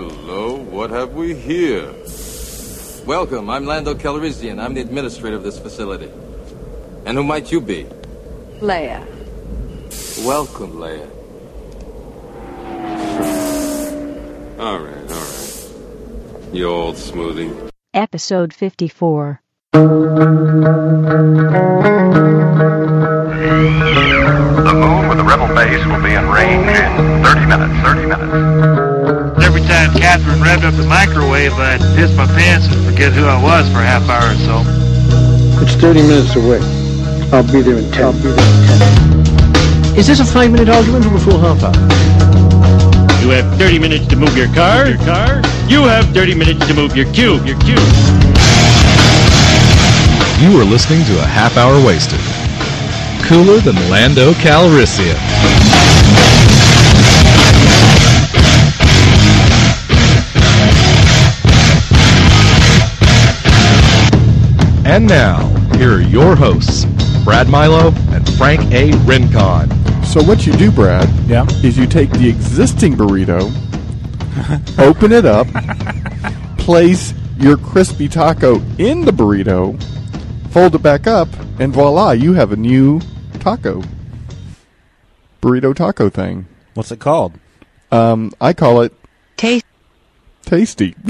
Hello, what have we here? Welcome. I'm Lando Calrissian. I'm the administrator of this facility. And who might you be? Leia. Welcome, Leia. All right, all right. You old smoothie. Episode 54. The moon with the rebel base will be in range in 30 minutes. 30 minutes. Every time Catherine revved up the microwave, I'd piss my pants and forget who I was for a half hour or so. It's 30 minutes away. I'll be there in 10. I'll be there in 10. Is this a five minute argument or a full half hour? You have 30 minutes to move your car. Your car. You have 30 minutes to move your cube. Your cube. You are listening to a half hour wasted. Cooler than Lando Calrissian. And now, here are your hosts, Brad Milo and Frank A. Rincon. So what you do, Brad, Yeah. is you take the existing burrito, open it up, place your crispy taco in the burrito, fold it back up, and voila, you have a new taco. Burrito taco thing. What's it called? Um, I call it Taste. tasty.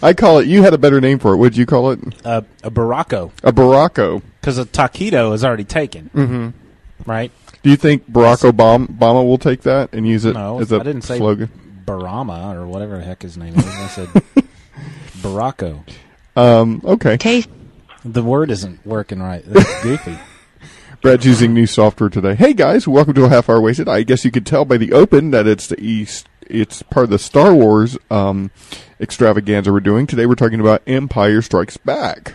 I call it. You had a better name for it. What'd you call it? Uh, a baracco. A baracco. Because a taquito is already taken. Mm hmm. Right? Do you think Barack Obam- Obama will take that and use it No. as a I didn't say slogan? Barama or whatever the heck his name is. I said baracco. Um, okay. Taste. The word isn't working right. It's goofy. Brad's using new software today. Hey guys, welcome to a half hour wasted. I guess you could tell by the open that it's the East. It's part of the Star Wars um, extravaganza we're doing today. We're talking about Empire Strikes Back,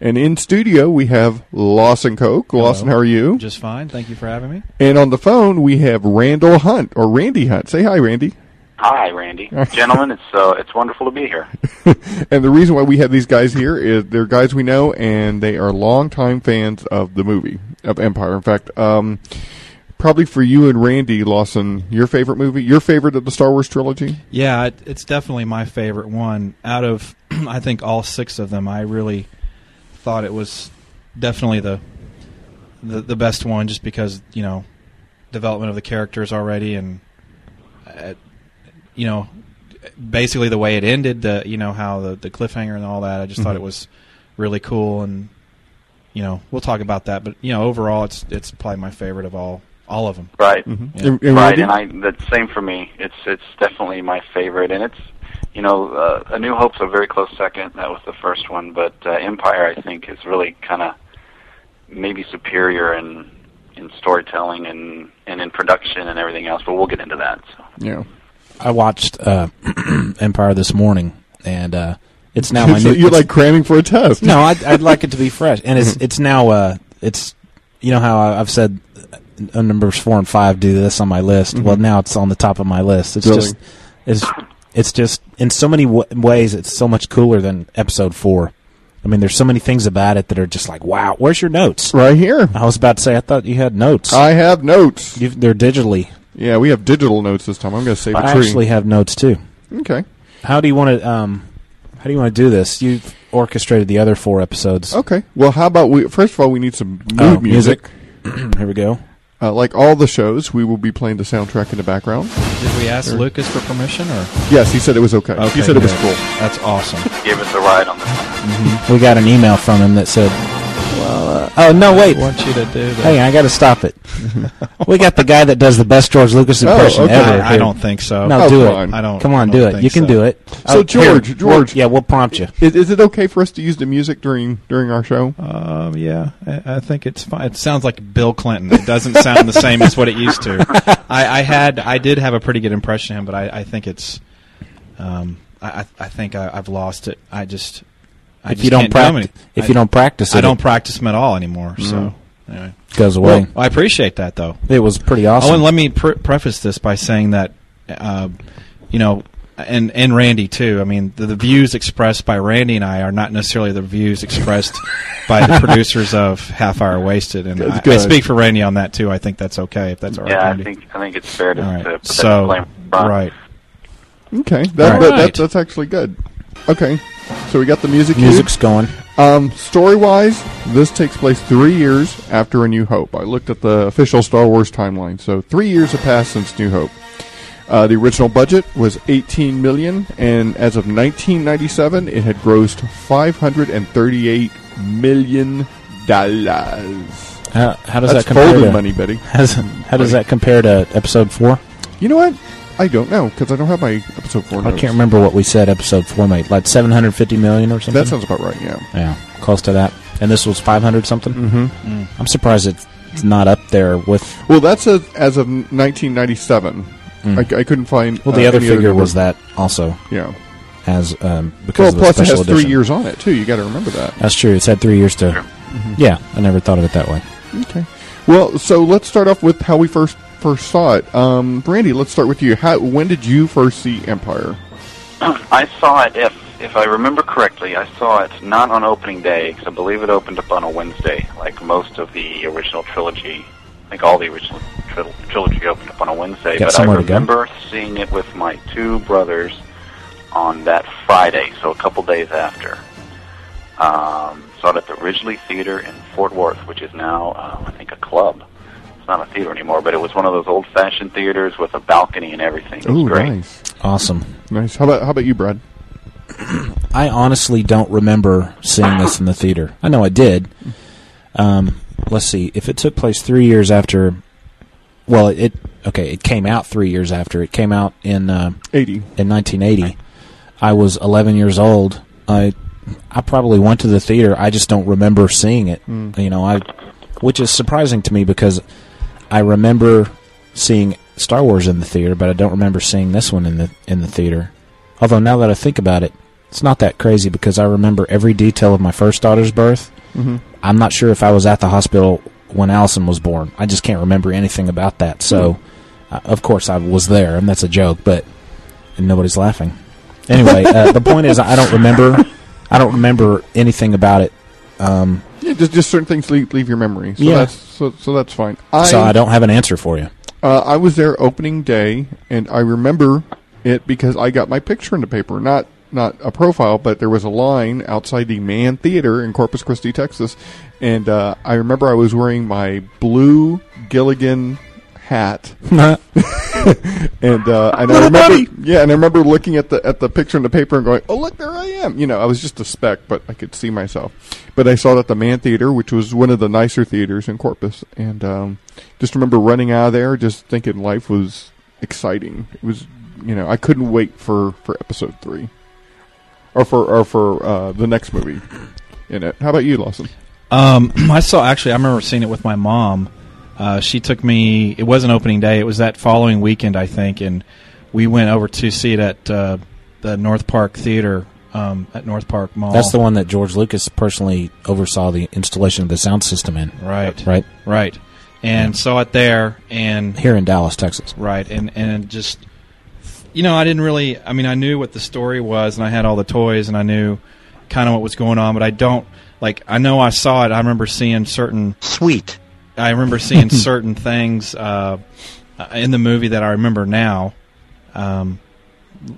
and in studio we have Lawson Coke. Lawson, how are you? Just fine. Thank you for having me. And on the phone we have Randall Hunt or Randy Hunt. Say hi, Randy. Hi, Randy. Gentlemen, it's uh, it's wonderful to be here. And the reason why we have these guys here is they're guys we know, and they are longtime fans of the movie of Empire. In fact, um, probably for you and Randy Lawson, your favorite movie, your favorite of the Star Wars trilogy. Yeah, it, it's definitely my favorite one out of I think all six of them. I really thought it was definitely the the, the best one, just because you know development of the characters already, and uh, you know basically the way it ended, the you know how the the cliffhanger and all that. I just thought it was really cool, and you know we'll talk about that. But you know overall, it's it's probably my favorite of all all of them. Right. Mm-hmm. Yeah. And, and Right, Randy? and I the same for me. It's it's definitely my favorite, and it's you know uh, A New Hope's a very close second. That was the first one, but uh, Empire I think is really kind of maybe superior in in storytelling and and in production and everything else. But we'll get into that. So. yeah. I watched uh, Empire this morning, and uh, it's now my So new. you're it's- like cramming for a test. no, I'd, I'd like it to be fresh, and it's it's now uh, it's you know how I- I've said uh, numbers four and five do this on my list. Well, now it's on the top of my list. It's Mm-hmm. Really? just it's it's just in so many w- ways it's so much cooler than episode four. I mean, there's so many things about it that are just like, wow, where's your notes? right here. I was about to say, I thought you had notes. I have notes. You've, they're digitally. Yeah, we have digital notes this time. I'm going to save a I tree. actually have notes too. okay. How do you want to um, how do you want to do this? You've orchestrated the other four episodes. Okay. Well, how about we? First of all, we need some mood Oh, music. Here we go. Uh, like all the shows, we will be playing the soundtrack in the background. Did we ask Lucas for permission or? Yes, he said it was okay. Okay, he said it was good. cool. That's awesome. Give us a ride on the. We got an email from him that said, well, uh, "Oh no, I wait, want you to do that. hey, I got to stop it." we got the guy that does the best George Lucas impression Oh, okay. ever. I, I don't think so. No, Oh, do come it. on. I don't. Come on, I don't do it. think You can so. do it. So, George, we'll- George. yeah, we'll prompt you. Is, is it okay for us to use the music during during our show? Um, yeah, I, I think it's fine. It sounds like Bill Clinton. It doesn't sound the same as what it used to. I, I had, I did have a pretty good impression of him, but I, I think it's, um, I, I- I think I, I've lost it. I just, I If just you don't can't do him practice, any- if I- you don't practice, it, I don't practice him at all anymore. So anyway, it goes away. well, I appreciate that though. it was pretty awesome. Oh, and let me pre- preface this by saying that, uh, you know, and and Randy too. I mean, the, the views expressed by Randy and I are not necessarily the views expressed by the producers of Half Hour Wasted, and That's I, I good. speak for Randy on that too. I think that's okay if that's all right. Yeah, I Randy. think I think it's fair to, all to right. put that So disclaimer. up front. right. Okay, that, All that, right. that's that's actually good. Okay, so we got the music. queued. Music's going. Um, story wise, this takes place three years after A New Hope. I looked at the official Star Wars timeline, so three years have passed since New Hope. Uh, the original budget was 18 million, and as of 1997, it had grossed 538 million dollars. How, how does That's that compare folded to money, Betty. How does, how does that compare to episode four? You know what? I don't know because I don't have my episode four. I notes. can't remember what we said episode four made, like seven hundred fifty million or something. That sounds about right. Yeah. yeah, close to that. And this was five hundred something. Mm-hmm. I'm surprised it's not up there with Well, that's a, as of 1997. Mm. I, I couldn't find. well. The uh, other any figure number. was that also Yeah. as um, because well, of plus the it has special edition. three years on it too. You got to remember that. That's true. It's had three years to. Mm-hmm. Yeah, I never thought of it that way. Okay. Well, so let's start off with how we first first saw it. Um, Brandy, let's start with you. How, when did you first see Empire? I saw it if if I remember correctly, I saw it not on opening day 'cause I believe it opened up on a Wednesday, like most of the original trilogy. I think all the original tril- trilogy opened up on a Wednesday, Got but I somewhere to go. remember seeing it with my two brothers on that Friday, so a couple days after. Um, saw it at the Ridgely Theater in Fort Worth, which is now uh, I think a club. It's not a theater anymore, but it was one of those old-fashioned theaters with a balcony and everything. It was Ooh, great. nice, Awesome. nice. How about how about you, Brad? I honestly don't remember seeing this in the theater. I know I did. Um, let's see. If it took place three years after, well, it, it okay, it came out three years after. It came out in uh, Eighty. in 1980. I was 11 years old. I I probably went to the theater. I just don't remember seeing it. You know, I which is surprising to me because I remember seeing Star Wars in the theater, but I don't remember seeing this one in the in the theater. Although now that I think about it, it's not that crazy because I remember every detail of my first daughter's birth. Mhm. I'm not sure if I was at the hospital when Allison was born. I just can't remember anything about that. So, uh, of course, I was there, and that's a joke, but and nobody's laughing. Anyway, uh, the point is, I don't remember. I don't remember anything about it. Um, Yeah, just just certain things leave, leave your memory. So Yeah. That's, so so that's fine. I so I don't have an answer for you. uh, I was there opening day, and I remember it because I got my picture in the paper. Not not a profile, but there was a line outside the Mann Theater in Corpus Christi, Texas, and uh, I remember I was wearing my blue Gilligan hat. and uh, and I remember, yeah, and I remember looking at the at the picture in the paper and going, "Oh, look, there I am!" You know, I was just a speck, but I could see myself. But I saw it at the Man Theater, which was one of the nicer theaters in Corpus, and um, just remember running out of there, just thinking life was exciting. It was, you know, I couldn't wait for for episode three, or for or for uh, the next movie in it. How about you, Lawson? Um, I saw actually. I remember seeing it with my mom. Uh, she took me. It wasn't opening day. It was that following weekend, I think, and we went over to see it at uh, the North Park Theater um, at North Park Mall. Oh. That's the one that George Lucas personally oversaw the installation of the sound system in. Right. Right Right. And saw it there, and here in Dallas, Texas. Right, and and just you know, I didn't really. I mean, I knew what the story was, and I had all the toys, and I knew kind of what was going on, but I don't like. I know I saw it. I remember seeing certain sweet. I remember seeing certain things uh, in the movie that I remember now, um,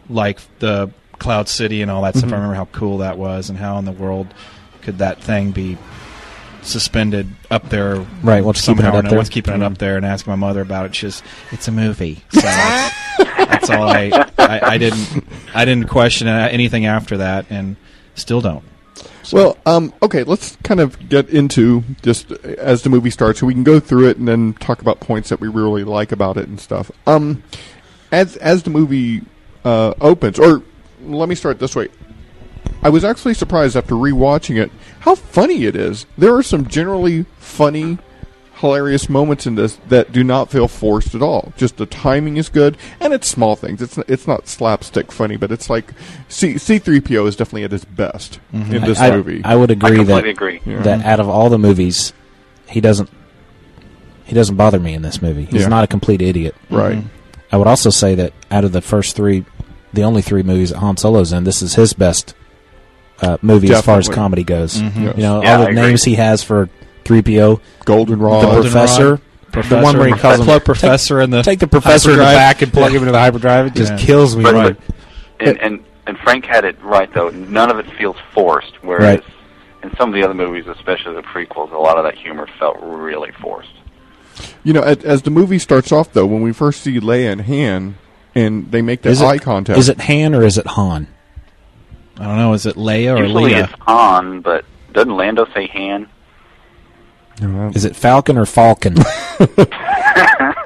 like the Cloud City and all that stuff. I remember how cool that was, and how in the world could that thing be suspended up there Right, what's keeping somehow it up or another. there? what's keeping it up there and ask my mother about it she's it's a movie so that's, that's all I, I i didn't i didn't question a- anything after that and still don't Well, um, okay, let's kind of get into just uh, as the movie starts, so we can go through it and then talk about points that we really like about it and stuff. Um, as as the movie uh, opens, or let me start this way. I was actually surprised after rewatching it how funny it is. There are some generally funny, hilarious moments in this that do not feel forced at all. Just the timing is good, and it's small things. It's it's not slapstick funny, but it's like C C three PO is definitely at his best Mm-hmm. in this I, movie. I would agree I that completely agree. that out of all the movies, he doesn't he doesn't bother me in this movie. He's Yeah. not a complete idiot. right. mm-hmm. I would also say that out of the first three, the only three movies that Han Solo's in, this is his best uh, movie as far as Definitely. comedy goes. Yes. You know, Yeah, all the I agree. names he has for 3PO, the Goldenrod. Golden- professor, the one where he calls him plug professor and the Take the professor in the hyperdrive. back and plug him into the hyperdrive. It just Yeah. kills me. But, Right. but, and, and and Frank had it right though. None of it feels forced. Whereas in some of the other movies, especially the prequels, a lot of that humor felt really forced. You know, as, as the movie starts off, though, when we first see Leia and Han, and they make that Is it- eye contact. Is it Han or is it Han? I don't know. Is it Leia or Usually Leia? it's on, but doesn't Lando say Han? Is it Falcon or Falcon?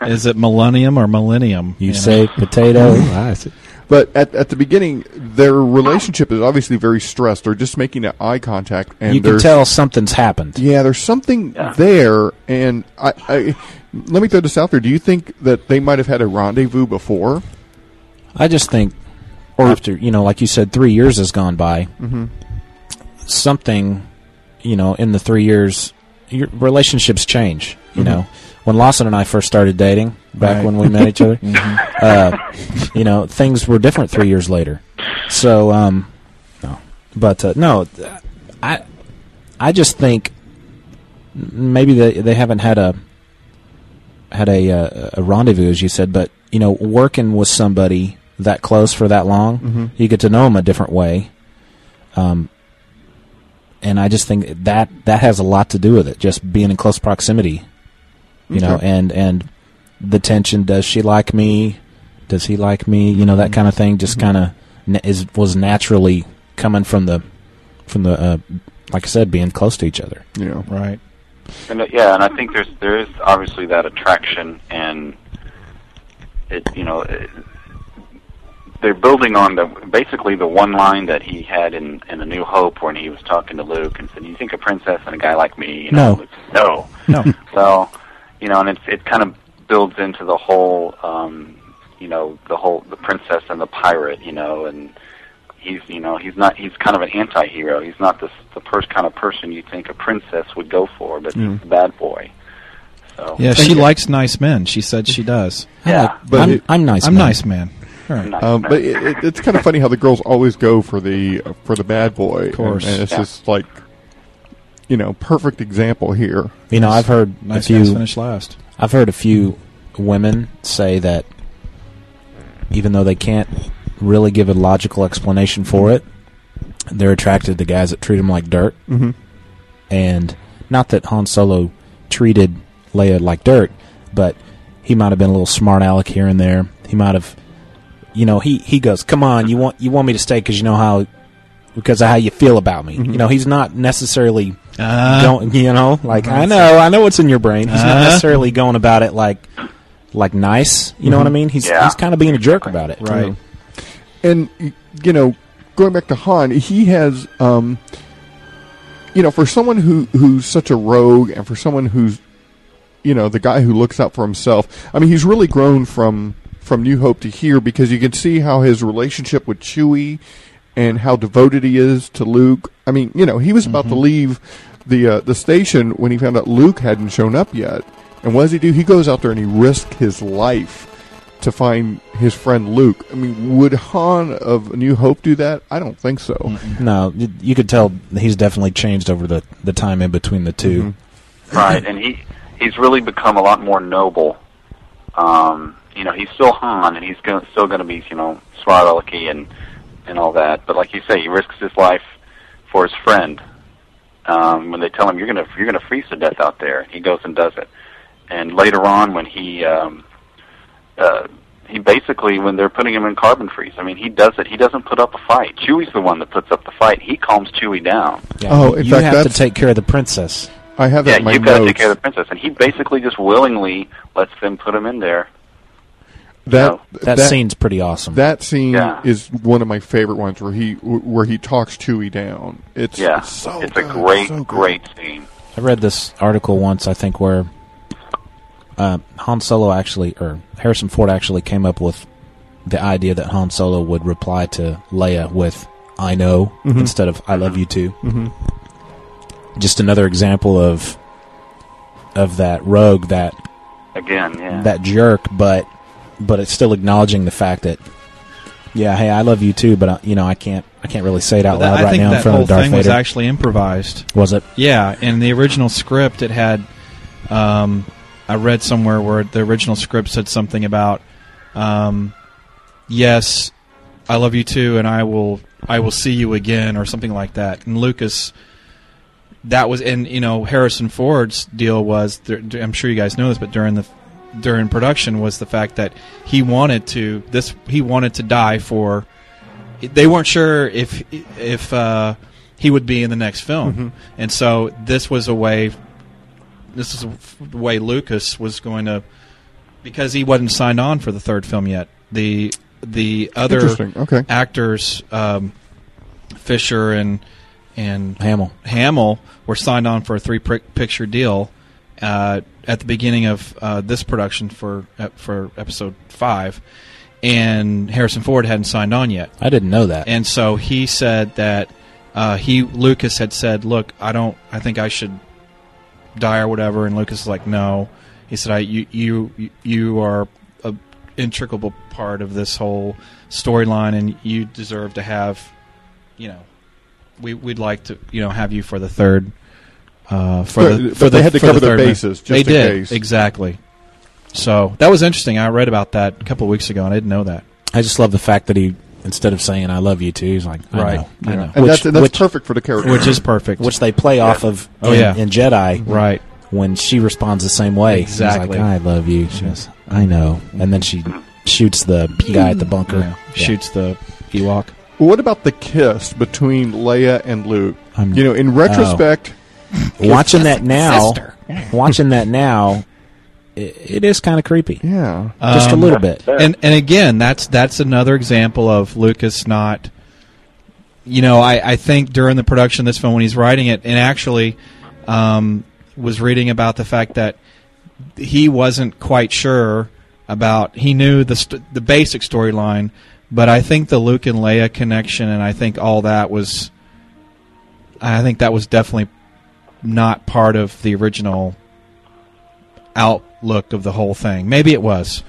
Is it Millennium or Millennium? You say potato. I see. But at, at the beginning, their relationship is obviously very stressed. They're just making that eye contact, and you can there's- tell something's happened. Yeah, there's something there, and I, I let me throw this out there. Do you think that they might have had a rendezvous before? I just think after you know, like you said, three years has gone by. Mm-hmm. Something, you know, in the three years, your relationships change. You Mhm. know, when Lawson and I first started dating, back Right. when we met each other, Mhm. uh, you know, things were different three years later. So, um, no, but uh, no, th- I, I just think m- maybe they they haven't had a had a uh, a rendezvous as you said, but you know, working with somebody that close for that long, Mm-hmm. Mhm. you get to know them a different way. Um, and I just think that that has a lot to do with it, just being in close proximity, you know, Okay. and and the tension. Does she like me? Does he like me? You know Mm-hmm. that kind of thing. Just kind of na- is was naturally coming from the from the uh, like I said, being close to each other. Yeah. Right. And uh, yeah, and I think there's there is obviously that attraction, and it you know it, they're building on the basically the one line that he had in in A New Hope when he was talking to Luke and said, "You think a princess and a guy like me?" You know, No. Luke said, no, No. so, you know, and it's it kind of builds into the whole, um, you know, the whole the princess and the pirate, you know, and he's you know he's not he's kind of an anti-hero. He's not this the first kind of person you think a princess would go for, but he's a bad boy. So Yeah, she likes nice men. She said she does. Yeah. But I'm, it- I'm nice. I'm man. nice man. All right. nice Um, man. but it, it, it's kind of funny how the girls always go for the for the bad boy. Of course. and, and it's Yeah. just like you know, perfect example here. You know, I've heard a Nice guys few finish last. I've heard a few women say that even though they can't really give a logical explanation for it, they're attracted to guys that treat them like dirt. Mhm. And not that Han Solo treated Leia like dirt, but he might have been a little smart aleck here and there. He might have, you know, he, he goes, "Come on, you want you want me to stay because you know how." Because of how you feel about me, you know he's not necessarily Uh, don't you know like i Right. know i know what's in your brain he's not Uh-huh. necessarily going about it like like nice you know what i mean he's Yeah. he's kind of being a jerk about it Right. and y- you know, going back to Han, he has, um, you know, for someone who who's such a rogue, and for someone who's, you know, the guy who looks out for himself. I mean, he's really grown from from New Hope to here because you can see how his relationship with Chewie and how devoted he is to Luke. I mean, you know, he was about to leave the uh, the station when he found out Luke hadn't shown up yet. And what does he do? He goes out there and he risks his life to find his friend Luke. I mean, would Han of A New Hope do that? I don't think so. no you, you could tell he's definitely changed over the the time in between the 2 Right, and he he's really become a lot more noble. Um, you know, he's still Han, and he's gonna, still going to be, you know, Swartalki and and all that. But like you say, he risks his life for his friend. Um, when they tell him you're going to you're going to freeze to death out there, he goes and does it. And later on, when he um, uh, he basically when they're putting him in carbon freeze, I mean, he does it. He doesn't put up a fight. Chewie's the one that puts up the fight. He calms Chewie down. Yeah, Oh, in you fact, have to that's- take care of the princess I have that Yeah, in my you've got to notes. take care of the princess, and he basically just willingly lets them put him in there. that, that, scene's pretty awesome That scene Yeah. is one of my favorite ones where he where he talks Chewie down. It's Yeah, it's, so it's good, a great, so good. great scene. I read this article once, I think, where uh, Han Solo actually, or Harrison Ford actually came up with the idea that Han Solo would reply to Leia with "I know" Mm-hmm. instead of "I love you too." Just another example of of that rogue, that Again, yeah, that jerk, but but it's still acknowledging the fact that yeah, hey, I love you too, but I, you know, I can't I can't really say it out But that- loud I right think now in that front whole of Darth thing was Vader. actually improvised. was it? Yeah, in the original script, it had. Um, I read somewhere where the original script said something about, um, yes, I love you too, and I will I will see you again, or something like that. And Lucas, that was, and you know, Harrison Ford's deal was, dur- dur- I'm sure you guys know this, but during the during production was the fact that he wanted to this he wanted to die for. They weren't sure if if uh, he would be in the next film, Mhm. and so this was a way. This is the way Lucas was going to, because he wasn't signed on for the third film yet. The the other Interesting. Okay. actors, um, Fisher and and Hamill. Hamill were signed on for a three pri- picture deal uh, at the beginning of uh, this production for ep- for episode five, and Harrison Ford hadn't signed on yet. I didn't know that. And so he said that uh, he Lucas had said, "Look, I don't. I think I should die or whatever." And Lucas was like, "No." He said, "I you you you are a intricable part of this whole storyline, and you deserve to have, you know, we we'd like to you know have you for the third." Uh, for But- the, but for they the, had to for the cover their third movie. bases, just they in did case. exactly. So that was interesting. I read about that a couple of weeks ago, and I didn't know that. I just love the fact that he instead of saying "I love you too," he's like, "I Right. know, Yeah. I know," And which, that's, and that's which, perfect for the character. Which is perfect. which they play off of. Oh, in, yeah. in Jedi, right. when she responds the same way, She's like, Exactly. "I love you." She goes, "I know," and then she shoots the guy at the bunker. Yeah. Shoots the Ewok. Well, what about the kiss between Leia and Luke? I'm- You know, in retrospect, watching that now, watching that now, it, it is kind of creepy, yeah. just a Um, little bit. And and again, that's that's another example of Lucas not. You know, I, I think during the production of this film, when he's writing it, and actually um, was reading about the fact that he wasn't quite sure about. He knew the st- the basic storyline, but I think the Luke and Leia connection, and I think all that was. I think that was definitely not part of the original outlook of the whole thing. Maybe it was.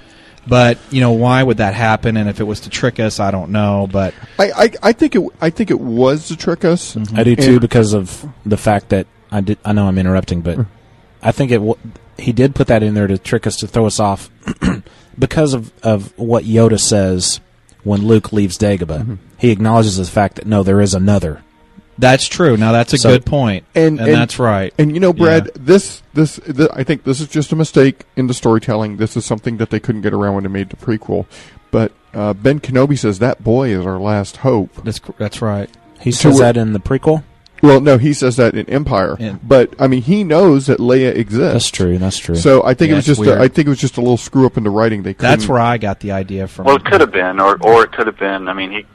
But you know why would that happen? And if it was to trick us, I don't know. But I, I, I think it I think it was to trick us. I do too And- because of the fact that I did. I know I'm interrupting, but I think it. W- he did put that in there to trick us to throw us off because of of what Yoda says when Luke leaves Dagobah. He acknowledges the fact that no, there is another. that's true. Now that's a So- good point, and- and, and- that's right. And you know, Brad, this, this th I think this is just a mistake in the storytelling. This is something that they couldn't get around when they made the prequel. But uh, Ben Kenobi says that boy is our last hope. That's that's right. He To says where- that in the prequel. Well, no, he says that in Empire. Yeah. But I mean, he knows that Leia exists. That's true. That's true. So I think Yeah, it was it's just a, weird. I think it was just a little screw up in the writing. They couldn't, That's where I got the idea from. Well, it could have been, or or it could have been. I mean, he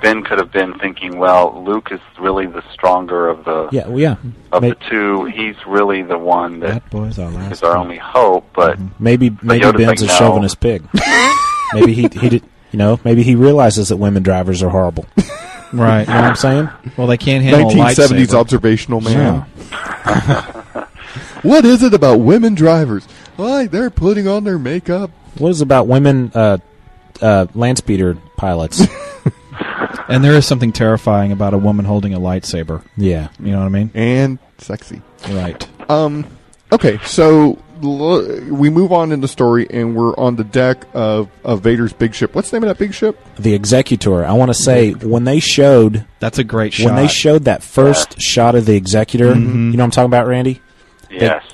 Ben could have been thinking, well, Luke is really the stronger of the yeah, well, yeah. of May- the two. He's really the one that That boy's our is last. our only hope. But Mm-hmm. Maybe maybe Yoda's like, Ben's a no. chauvinist pig. maybe he he did. You know, maybe he realizes that women drivers are horrible. You Right. know what I'm saying? Well, they can't handle a 1970s lightsaber. observational man. what is it about women drivers? Why they're putting on their makeup? What is about women uh, uh, land speeder pilots? And there is something terrifying about a woman holding a lightsaber. yeah, You know what I mean? and sexy. Right. Um, okay, so l- we move on in the story, and we're on the deck of, of Vader's big ship. What's the name of that big ship? the Executor. I want to say when they showed That's a great shot. when they showed that first shot of the Executor, Mm-hmm. you know what I'm talking about, Randy, yes,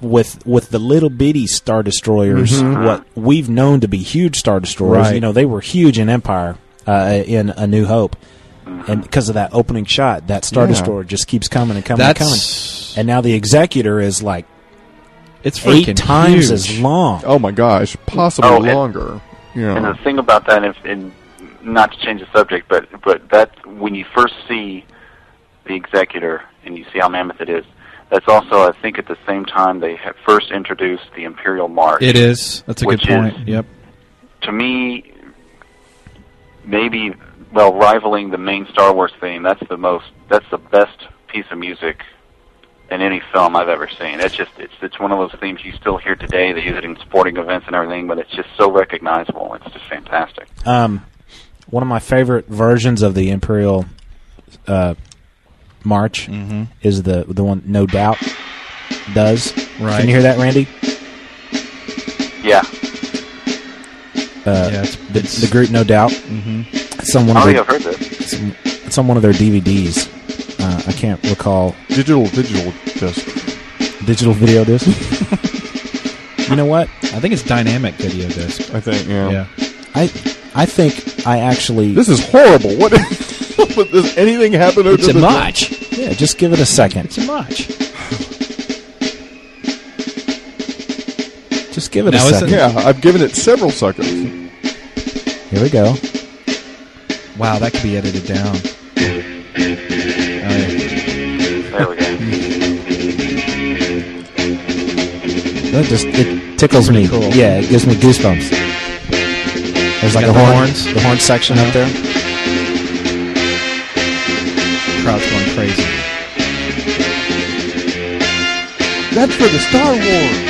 with with the little bitty star destroyers, what we've known to be huge star destroyers. Mm-hmm. Right. You know, they were huge in Empire, uh, in A New Hope, and because of that opening shot, that star Yeah. destroyer just keeps coming and coming and coming. that's And now the Executor is like it's freaking eight times huge. as long. Oh my gosh, possibly Oh, and- longer. and Yeah. Uh-huh. the thing about that, if and not to change the subject, but but that when you first see the executor and you see how mammoth it is, that's also I think at the same time they had first introduced the imperial march. It is. That's a Which good point. is- Yep. to me, maybe well, rivaling the main Star Wars theme. That's the most. That's the best piece of music in any film I've ever seen. It's just it's it's one of those themes you still hear today. They use it in sporting events and everything, but it's just so recognizable. It's just fantastic. Um, one of my favorite versions of the Imperial uh, March Mm-hmm. is the the one No Doubt does. Right. Can you hear that, Randy? Yeah, Uh, yeah. It's, Uh, The, the group No Doubt. Mm-hmm. It's on one I of don't their- think Oh, I've heard this. It's, it's on one of their DVDs. Uh, I can't recall. Digital, digital disc. Digital video disc. you know what? I think it's dynamic video disc. I think. Yeah. Yeah. I I think I actually This is horrible. What? what- Does anything happen? over the- Yeah, just give it a second. It's a much. Just give it Now a it's second. Yeah, I've given it several seconds. Here we go. Wow, that could be edited down. Oh, There we go. That just it tickles me. cool. Yeah, it gives me goosebumps. There's like a got the horn, horns? the horn section up there. yeah. Crowd's going crazy. That's for the Star Wars.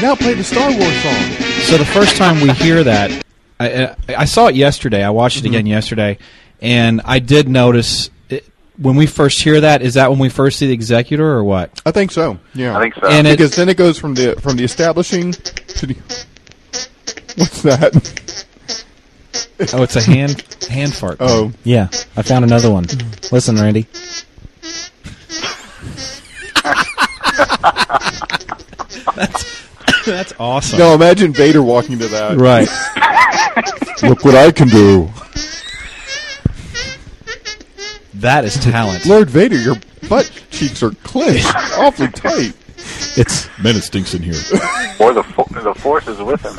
Now play the Star Wars song. So the first time we hear that, I, I, I saw it yesterday. I watched it again yesterday, and I did notice it, when we first hear that. Is that when we first see the executor or what? I think so. Yeah. I think so. And it- because then it goes from the from the establishing to the. What's that? Oh, it's a hand hand fart. Oh, Yeah, I found another one. Listen, Randy. that's awesome. no! Imagine Vader walking to that. Right. Look what I can do, That is talent. Lord Vader. Your butt cheeks are clenched awfully tight. It's Menace stinks in here. Or the fo- the force is with him.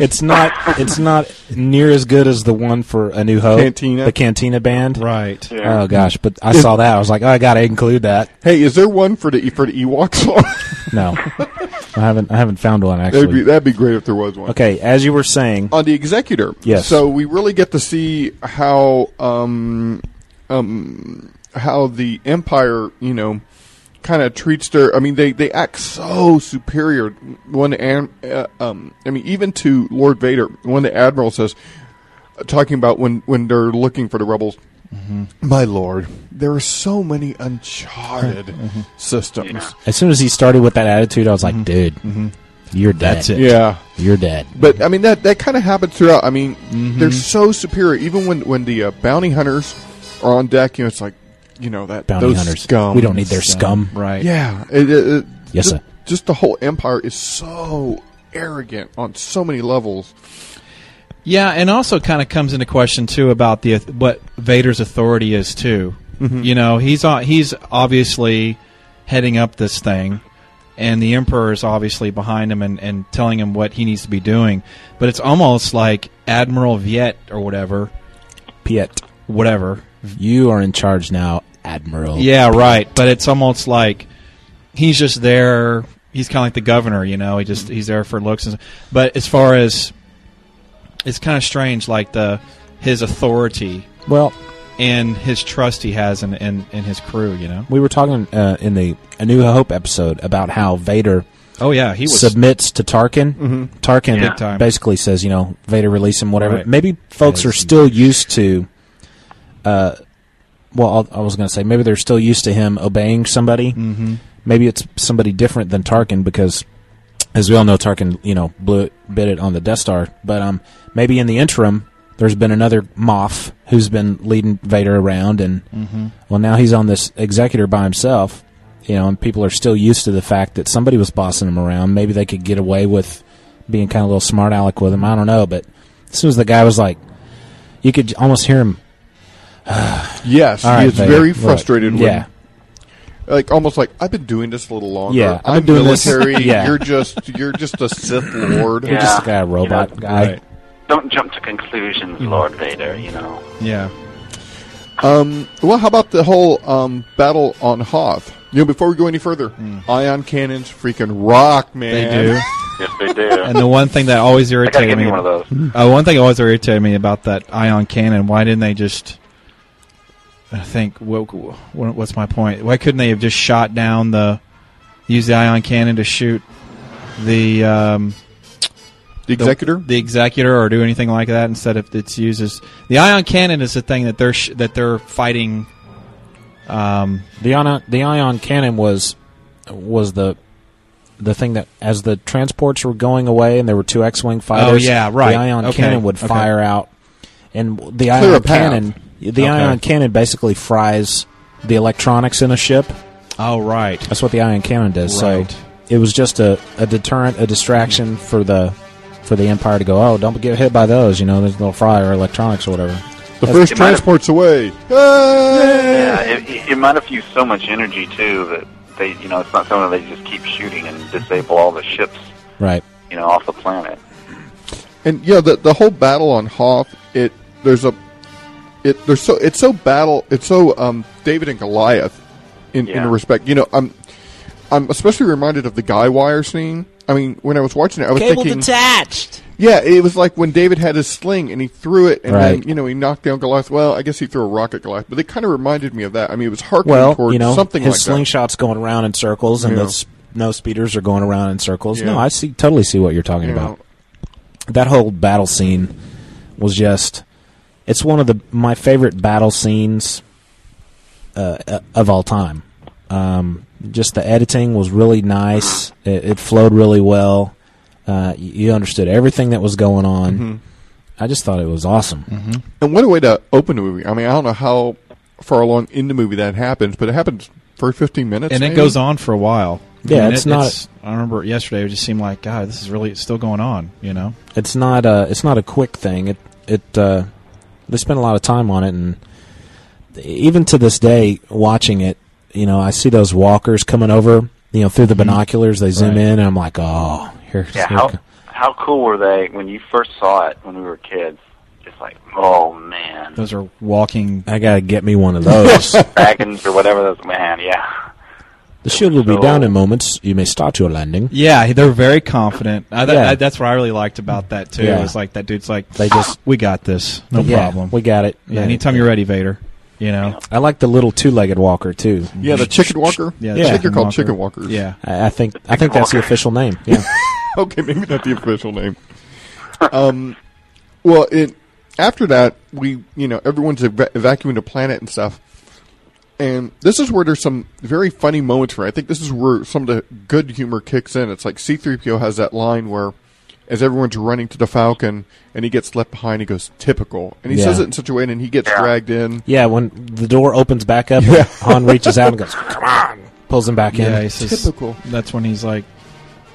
it's not it's not near as good as the one for A New Hope, Cantina. the Cantina band. Right. Yeah. Oh gosh, but I saw that. I was like, oh, I gotta include that. Hey, is there one for the for the Ewok song? No, I haven't. I haven't found one that'd be actually. that'd be great if there was one. Okay, as you were saying, on the executor. Yes. So we really get to see how um um how the empire, you know, kind of treats their. I mean, they they act so superior. One am- uh, um, I mean, even to Lord Vader. When the admiral says, talking about when when they're looking for the rebels. My lord, there are so many uncharted systems. as soon as he started with that attitude, I was like, dude, you're dead. Mm-hmm. That's it. yeah. You're dead. But I mean that that kind of happens throughout. I mean, Mm-hmm. they're so superior. Even when when the uh, bounty hunters are on deck, you know, it's like you know that Bounty those hunters. scum. We don't need their scum. Right. Yeah. It, it, it- Yes, ju- sir. just, the whole empire is so arrogant on so many levels. Yeah, and also kind of comes into question too about the what Vader's authority is too. You know, he's on, he's obviously heading up this thing, and the Emperor is obviously behind him and, and telling him what he needs to be doing. But it's almost like Admiral Viet or whatever, Piet, whatever. you are in charge now, Admiral. Yeah, right. But it's almost like he's just there. He's kind of like the governor, you know. He just he's there for looks. And, but as far as it's kind of strange, like the his authority Well, and his trust he has in, in, in his crew, you know. we were talking uh, in the A New Hope episode about how Vader Oh yeah, he was Mm-hmm. submits to Tarkin. Tarkin Big time. basically says, you know, Vader release him, whatever. Right. Maybe folks are Yes. still used to. Uh, well, I I was going to say maybe they're still used to him obeying somebody. Mm-hmm. Maybe it's somebody different than Tarkin because, as we all know, Tarkin you know blew it, bit it on the Death Star. But um, maybe in the interim, there's been another Moff who's been leading Vader around, and well, now he's on this executor by himself. You know, and people are still used to the fact that somebody was bossing him around. Maybe they could get away with being kind of a little smart aleck with him. I don't know, but as soon as the guy was like, you could j- almost hear him. Yes, All right, he is Vader, very look." frustrated. When, Yeah, like almost like I've been doing this a little longer. Yeah, I'm I've been doing this- military. yeah. You're just you're just a Sith Lord. Yeah. just a guy, a robot You guy. Right. Don't jump to conclusions, Lord Vader. You know. yeah. Um, well, how about the whole um, battle on Hoth? You know, before we go any further, ion cannons freaking rock, Hmm. They man. do. Yes, they and do. the one thing that always I gotta irritated give me me one of those. Uh, one thing always irritated me about that ion cannon, why didn't they just I think what, what, what's my point? Why couldn't they have just shot down the use the ion cannon to shoot the um, The the- executor? the, executor, or do anything like that instead of it's uses the ion cannon is the thing that they're sh- that they're fighting. Um, The ion, the ion cannon was was the the thing that as the Oh, transports were going away and there were two X-wing fighters. yeah, right. The ion Okay, cannon would okay. fire out, and the Clear a ion path. cannon, the ion cannon basically fries the electronics in a ship. Oh, right. That's what the ion cannon does. Right. So it was just a, a deterrent, a distraction for the for the Empire to go. Oh, don't get hit by those. You know, those little fry or electronics or whatever. The first It might have- transport's away. Yeah, it, it might have used so much energy too that they, you know, it's not something they just keep shooting and disable all the ships, Right. you know, off the planet. And yeah, the the whole battle on Hoth, it there's a it there's so it's so battle it's so um David and Goliath in in Yeah. a respect. You know, I'm I'm especially reminded of the guy wire scene. I mean, when I was watching it, I was thinking, detached. yeah, it was like when David had his sling and he threw it, and Right. then you know he knocked down Goliath. Well, I guess he threw a rock at Goliath, but it kind of reminded me of that. I mean, it was harkening Well, towards you know, something his like that. slingshot's going around in circles, and Yeah. the s- no speeders are going around in circles. Yeah. No, I see totally see what you're talking You about. know. That whole battle scene was just. It's one of the my favorite battle scenes uh, uh, of all time. Um, just the editing was really nice. It, it flowed really well. Uh, y- you understood everything that was going on. Mm-hmm. I just thought it was awesome. And what a way to open the movie. I mean, I don't know how far along in the movie that happens, but it happens for 15 minutes. and it maybe? goes on for a while. Yeah, I mean, it's it- not- I remember yesterday. It just seemed like God, this is really it's still going on. You know, it's not a it's not a quick thing. It it uh, they spend a lot of time on it, and even to this day, watching it, you know, I see those walkers coming over, you know, through the binoculars. They zoom Right. in, and I'm like, oh, here, Yeah, here how co- how cool were they when you first saw it when we were kids? Just like, oh man, those are walking. I gotta get me one of those. dragons or whatever. Those man, yeah. the shield will be So- down in moments. You may start your landing. Yeah, they're very confident. I, that, Yeah. I- that's what I really liked about that too. Yeah. It's like that dude's like, They just- we got this, no Yeah, problem. We got it. yeah, anytime you're ready, Vader. You know, I like the little two-legged walker too. Yeah, the chicken walker. yeah, Yeah. I think they're called walker. chicken walkers. Yeah, I, I think I think that's the official name. Yeah. okay, maybe not the official name. Um, well, it, after that, we you know everyone's eva- evacuating the planet and stuff, and this is where there's some very funny moments where I think this is where some of the good humor kicks in. It's like C-3PO has that line where. As everyone's running to the Falcon, and he gets left behind, he goes typical, and he Yeah. says it in such a way, and he gets dragged in. Yeah, when the door opens back up, and Han reaches out and goes, "Come on!" pulls him back yeah. in. he says- Typical. That's when he's like,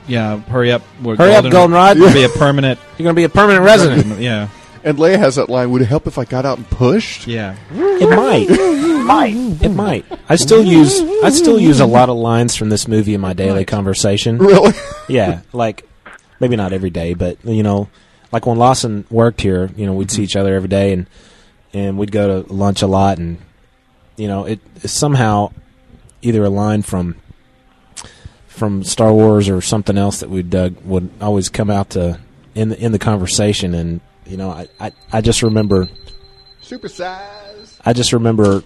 yeah, hurry up, we're Hurry up, Goldenrod! It'll be a permanent. You're gonna be a permanent resident. yeah, And Leia has that line. Would it help if I got out and pushed? yeah. It might. might. It might. I still use. I still use a lot of lines from this movie in my daily conversation. Really? Yeah, like maybe not every day, but you know, like when Lawson worked here, you know, we'd see each other every day, and and we'd go to lunch a lot, and you know, it somehow either a line from from Star Wars or something else that we dug would always come out to in the, in the conversation, and you know, I, I, I just remember Super size. I just remember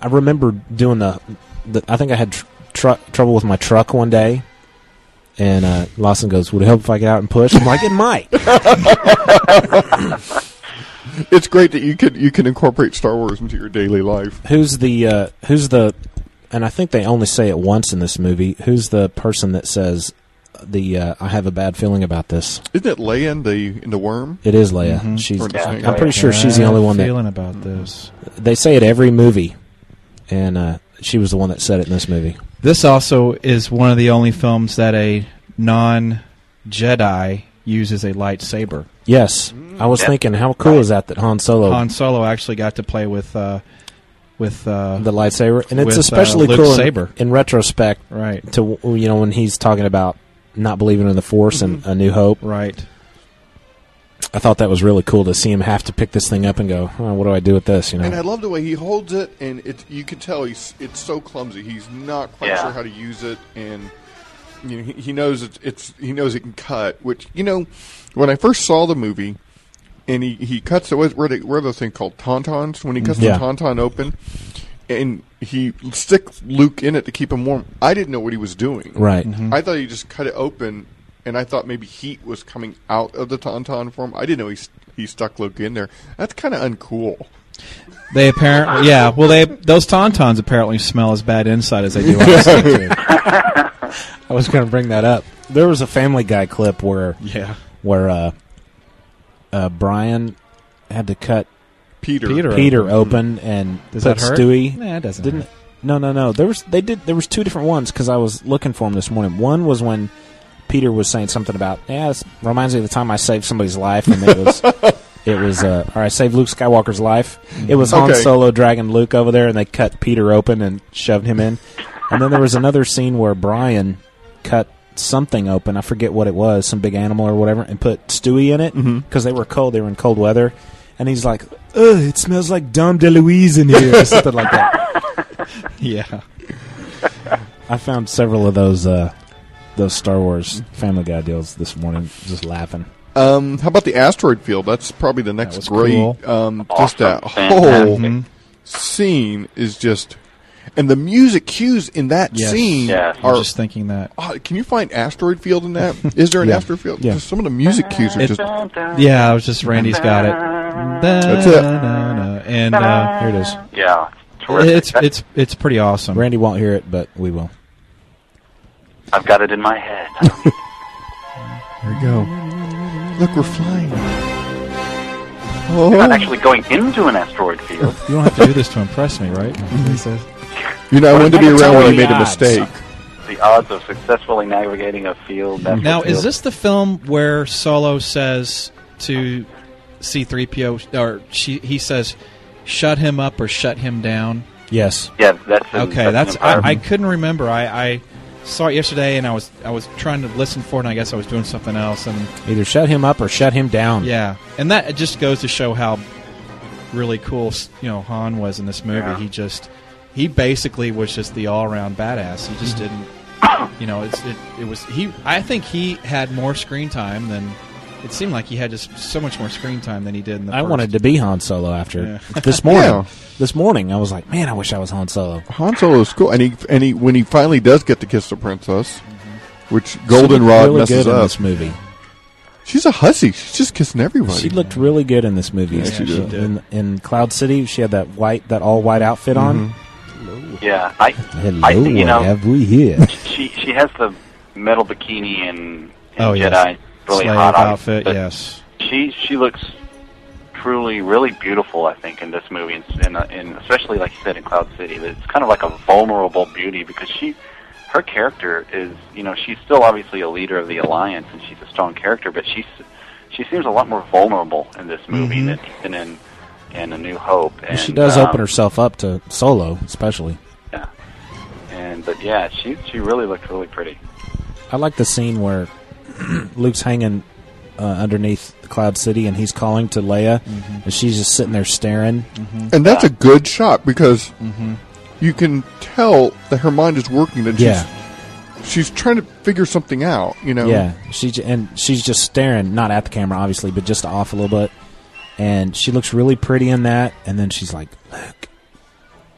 I remember doing the, the I think I had tr- tr- trouble with my truck one day. And uh, Lawson goes, "Would it help if I get out and push?" I'm like, "It might." It's great that you can you can incorporate Star Wars into your daily life. who's the uh, Who's the? And I think they only say it once in this movie. Who's the person that says the uh, I have a bad feeling about this? Isn't it Leia in the in the worm? It is Leia. She's. Or the snake? I'm pretty sure she's the Bad only one that feeling about this. they say it every movie, and uh, she was the one that said it in this movie. This also is one of the only films that a non Jedi uses a lightsaber. Yes, I was Yeah. thinking, how cool is that that Han Solo Han Solo actually got to play with uh, with uh, the lightsaber, and it's With, uh, especially Luke's cool in, saber. in retrospect right, to you know when he's talking about not believing in the Force Mm-hmm. and A New Hope. right. I thought that was really cool to see him have to pick this thing up and go, oh, "What do I do with this?" You And I know, love the way he holds it, and it you can tell he's it's so clumsy. He's not quite Yeah. sure how to use it, and you know, he, he knows it's, it's he knows it can cut. Which you know, when I first saw the movie, and he he cuts the what are they- what are those thing called tauntauns? When he cuts Yeah. the tauntaun open, and he sticks Luke in it to keep him warm. I didn't know what he was doing. right? Mm-hmm. I thought he just cut it open, and I thought maybe heat was coming out of the tauntaun form. I didn't know he st- he stuck Luke in there. That's kind of uncool. They apparently, yeah. Well, they those tauntauns apparently smell as bad inside as they do outside. too. I was going to bring that up. There was a Family Guy clip where Yeah, where uh, uh, Brian had to cut Peter Peter Peter open. open and Does put that hurt? Stewie. Nah, it doesn't Didn't. hurt. No, no, no. There was they did. There was two different ones because I was looking for them this morning. One was when Peter was saying something about, "Yeah, this reminds me of the time I saved somebody's life," and it was. It was, uh, or I saved Luke Skywalker's life. It was Han Okay. Solo dragging Luke over there, and they cut Peter open and shoved him in. And then there was another scene where Brian cut something open. I forget what it was, some big animal or whatever, and put Stewie in it because they were cold. They were in cold weather, and he's like, "Ugh, it smells like Dom DeLuise in here," or something like that. Yeah. I found several of those uh, those Star Wars Family Guy deals this morning, just laughing. Um, how about the asteroid field? That's probably the next was great. cool. Um, just that Awesome. whole Mhm. scene is just, and the music cues in that Yes. scene Yes. I are. was just thinking that. Oh, can you find asteroid field in that? Is there an Yeah. asteroid field? Yeah. Just some of the music cues are just. Yeah, I was just Randy's got it. That's it. And uh, Here it is. Yeah. Terrific. it's That- it's it's pretty awesome. Randy won't hear it, but we will. I've got it in my head. There you go. Look, we're flying. I'm Oh, actually going into an asteroid field. You don't have to do this to impress me, right? He says. you know, I wanted to be Well, around when you the made a odds. mistake. the odds of successfully navigating a field. That's Now, is this the film where Solo says to C-3PO, or she, he says, "Shut him up" or "Shut him down"? Yes. Yeah, that's in- Okay, that's in I, I Empire. couldn't remember. I, I saw it yesterday, and I was I was trying to listen for it. and I guess I was doing something else, and Either shut him up or shut him down. yeah, and that just goes to show how really cool you know Han was in this movie. Yeah. He just he basically was just the all around badass. He just didn't. You know, it's it, it was he. I think he had more screen time than it seemed like he had just so much more screen time than he did in the. I first. wanted to be Han Solo after Yeah. this morning. Yeah. This morning, I was like, man, I wish I was Han Solo. Han Solo's cool, and he and he when he finally does get to kiss the princess, which Goldenrod She looked really messes good in up. this movie. She's a hussy. She's just kissing everybody. She looked really good in this movie. Yeah, she did. In, in Cloud City, she had that white, that all white outfit on. Mm-hmm. yeah. I Hello, I think you what know have we here? she she has the metal bikini and, and Oh, yes. Jedi really Slave hot outfit. but Yes, She she looks truly really beautiful. I think in this movie, and in, in, especially like you said in Cloud City, that it's kind of like a vulnerable beauty because she her character is you know she's still obviously a leader of the alliance and she's a strong character, but she's she seems a lot more vulnerable in this movie than, than in in A New Hope. And Mm-hmm. she does um, open herself up to Solo, especially. Yeah. And but yeah, she she really looked really pretty. I like the scene where Luke's hanging uh, underneath Cloud City and he's calling to Leia, Mm-hmm. and she's just sitting there staring. and that's a good shot because Mm-hmm. you can tell that her mind is working. That Yeah. she's, she's trying to figure something out. You know. Yeah, she j- and she's just staring, not at the camera, obviously, but just off a little bit. And she looks really pretty in that. And then she's like, "Look,"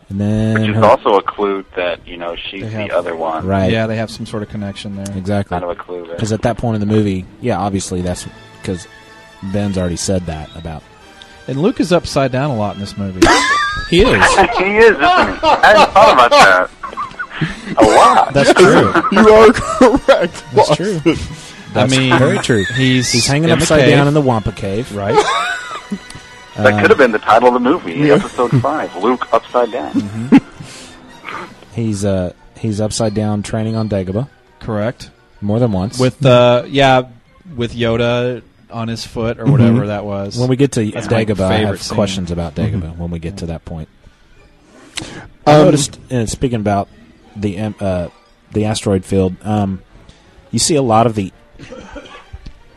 and then Which is her- also a clue that you know she's They have- the other one. right, yeah, they have some sort of connection there. exactly. Kind of a clue. there. Because at that point in the movie, yeah, obviously that's because Ben's already said that about. And Luke is upside down a lot in this movie. He is. he is, isn't he? I hadn't thought about that. A lot. That's true. you are correct. Um, That's true. I That's mean, very true. He's He's hanging in the upside cave, down in the Wampa Cave. right. that uh, could have been the title of the movie, Episode 5, Luke Upside Down. Mm-hmm. He's uh he's upside down training on Dagobah Correct. more than once. with uh yeah with Yoda on his foot or whatever that was. Mm-hmm. when we get to That's my Dagobah, I have favorite scene. Mm-hmm. questions about Dagobah when we get to that point. I Um, noticed, and speaking about the um, uh, the asteroid field, um, you see a lot of the.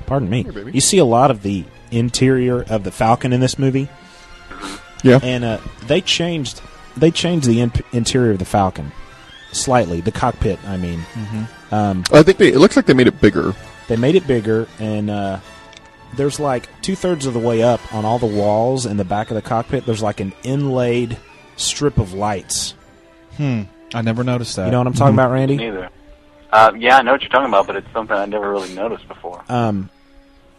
Pardon me. baby. you see a lot of the interior of the Falcon in this movie, Yeah. and uh, they changed they changed the in- interior of the Falcon slightly. The cockpit, I mean, um, I think they. It looks like they made it bigger. they made it bigger, and uh, there's like two thirds of the way up on all the walls in the back of the cockpit. There's like an inlaid strip of lights. I never noticed that. You know what I'm talking about, Randy? Neither. Uh, yeah, I know what you're talking about, but it's something I never really noticed before. um,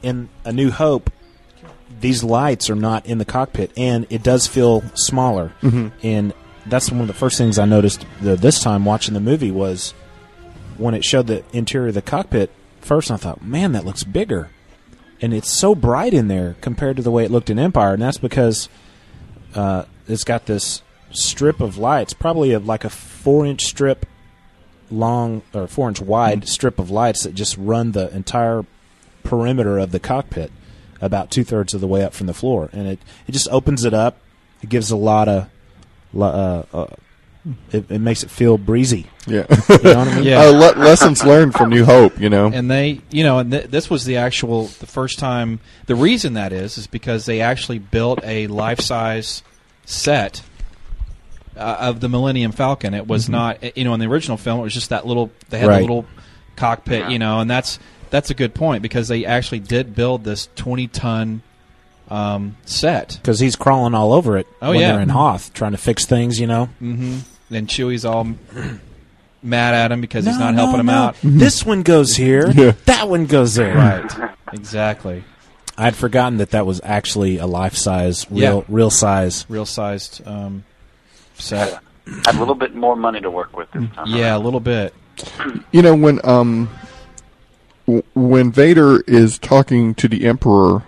in A New Hope, these lights are not in the cockpit, and it does feel smaller. And that's one of the first things I noticed the, this time watching the movie was when it showed the interior of the cockpit. First, I thought, man, that looks bigger. and it's so bright in there compared to the way it looked in Empire, and that's because uh, it's got this strip of lights, probably of like a four-inch strip long or four-inch wide strip of lights that just run the entire perimeter of the cockpit, about two-thirds of the way up from the floor, and it it just opens it up. It gives a lot of, lo- uh, uh, it, it makes it feel breezy. Yeah. you know what I mean? Uh, le- lessons learned from New Hope, you know. And they, you know, and th- this was the actual the first time. The reason that is is because they actually built a life size set uh, of the Millennium Falcon. It was Mhm. not, eh, you know, in the original film, it was just that little. They had Right. the little cockpit, you know, and that's that's a good point because they actually did build this twenty ton um, set. because he's crawling all over it Oh, when yeah. they're in Hoth trying to fix things, you know. Mm-hmm. And Chewie's all mad at him because he's No, not no, helping him no. out. This one goes here. Yeah. That one goes there. Right. Exactly. I'd forgotten that that was actually a life size, real Yeah. real size. Real sized um, set. Had a little bit more money to work with mm, this time. Yeah, a little bit. You know when um w- when Vader is talking to the Emperor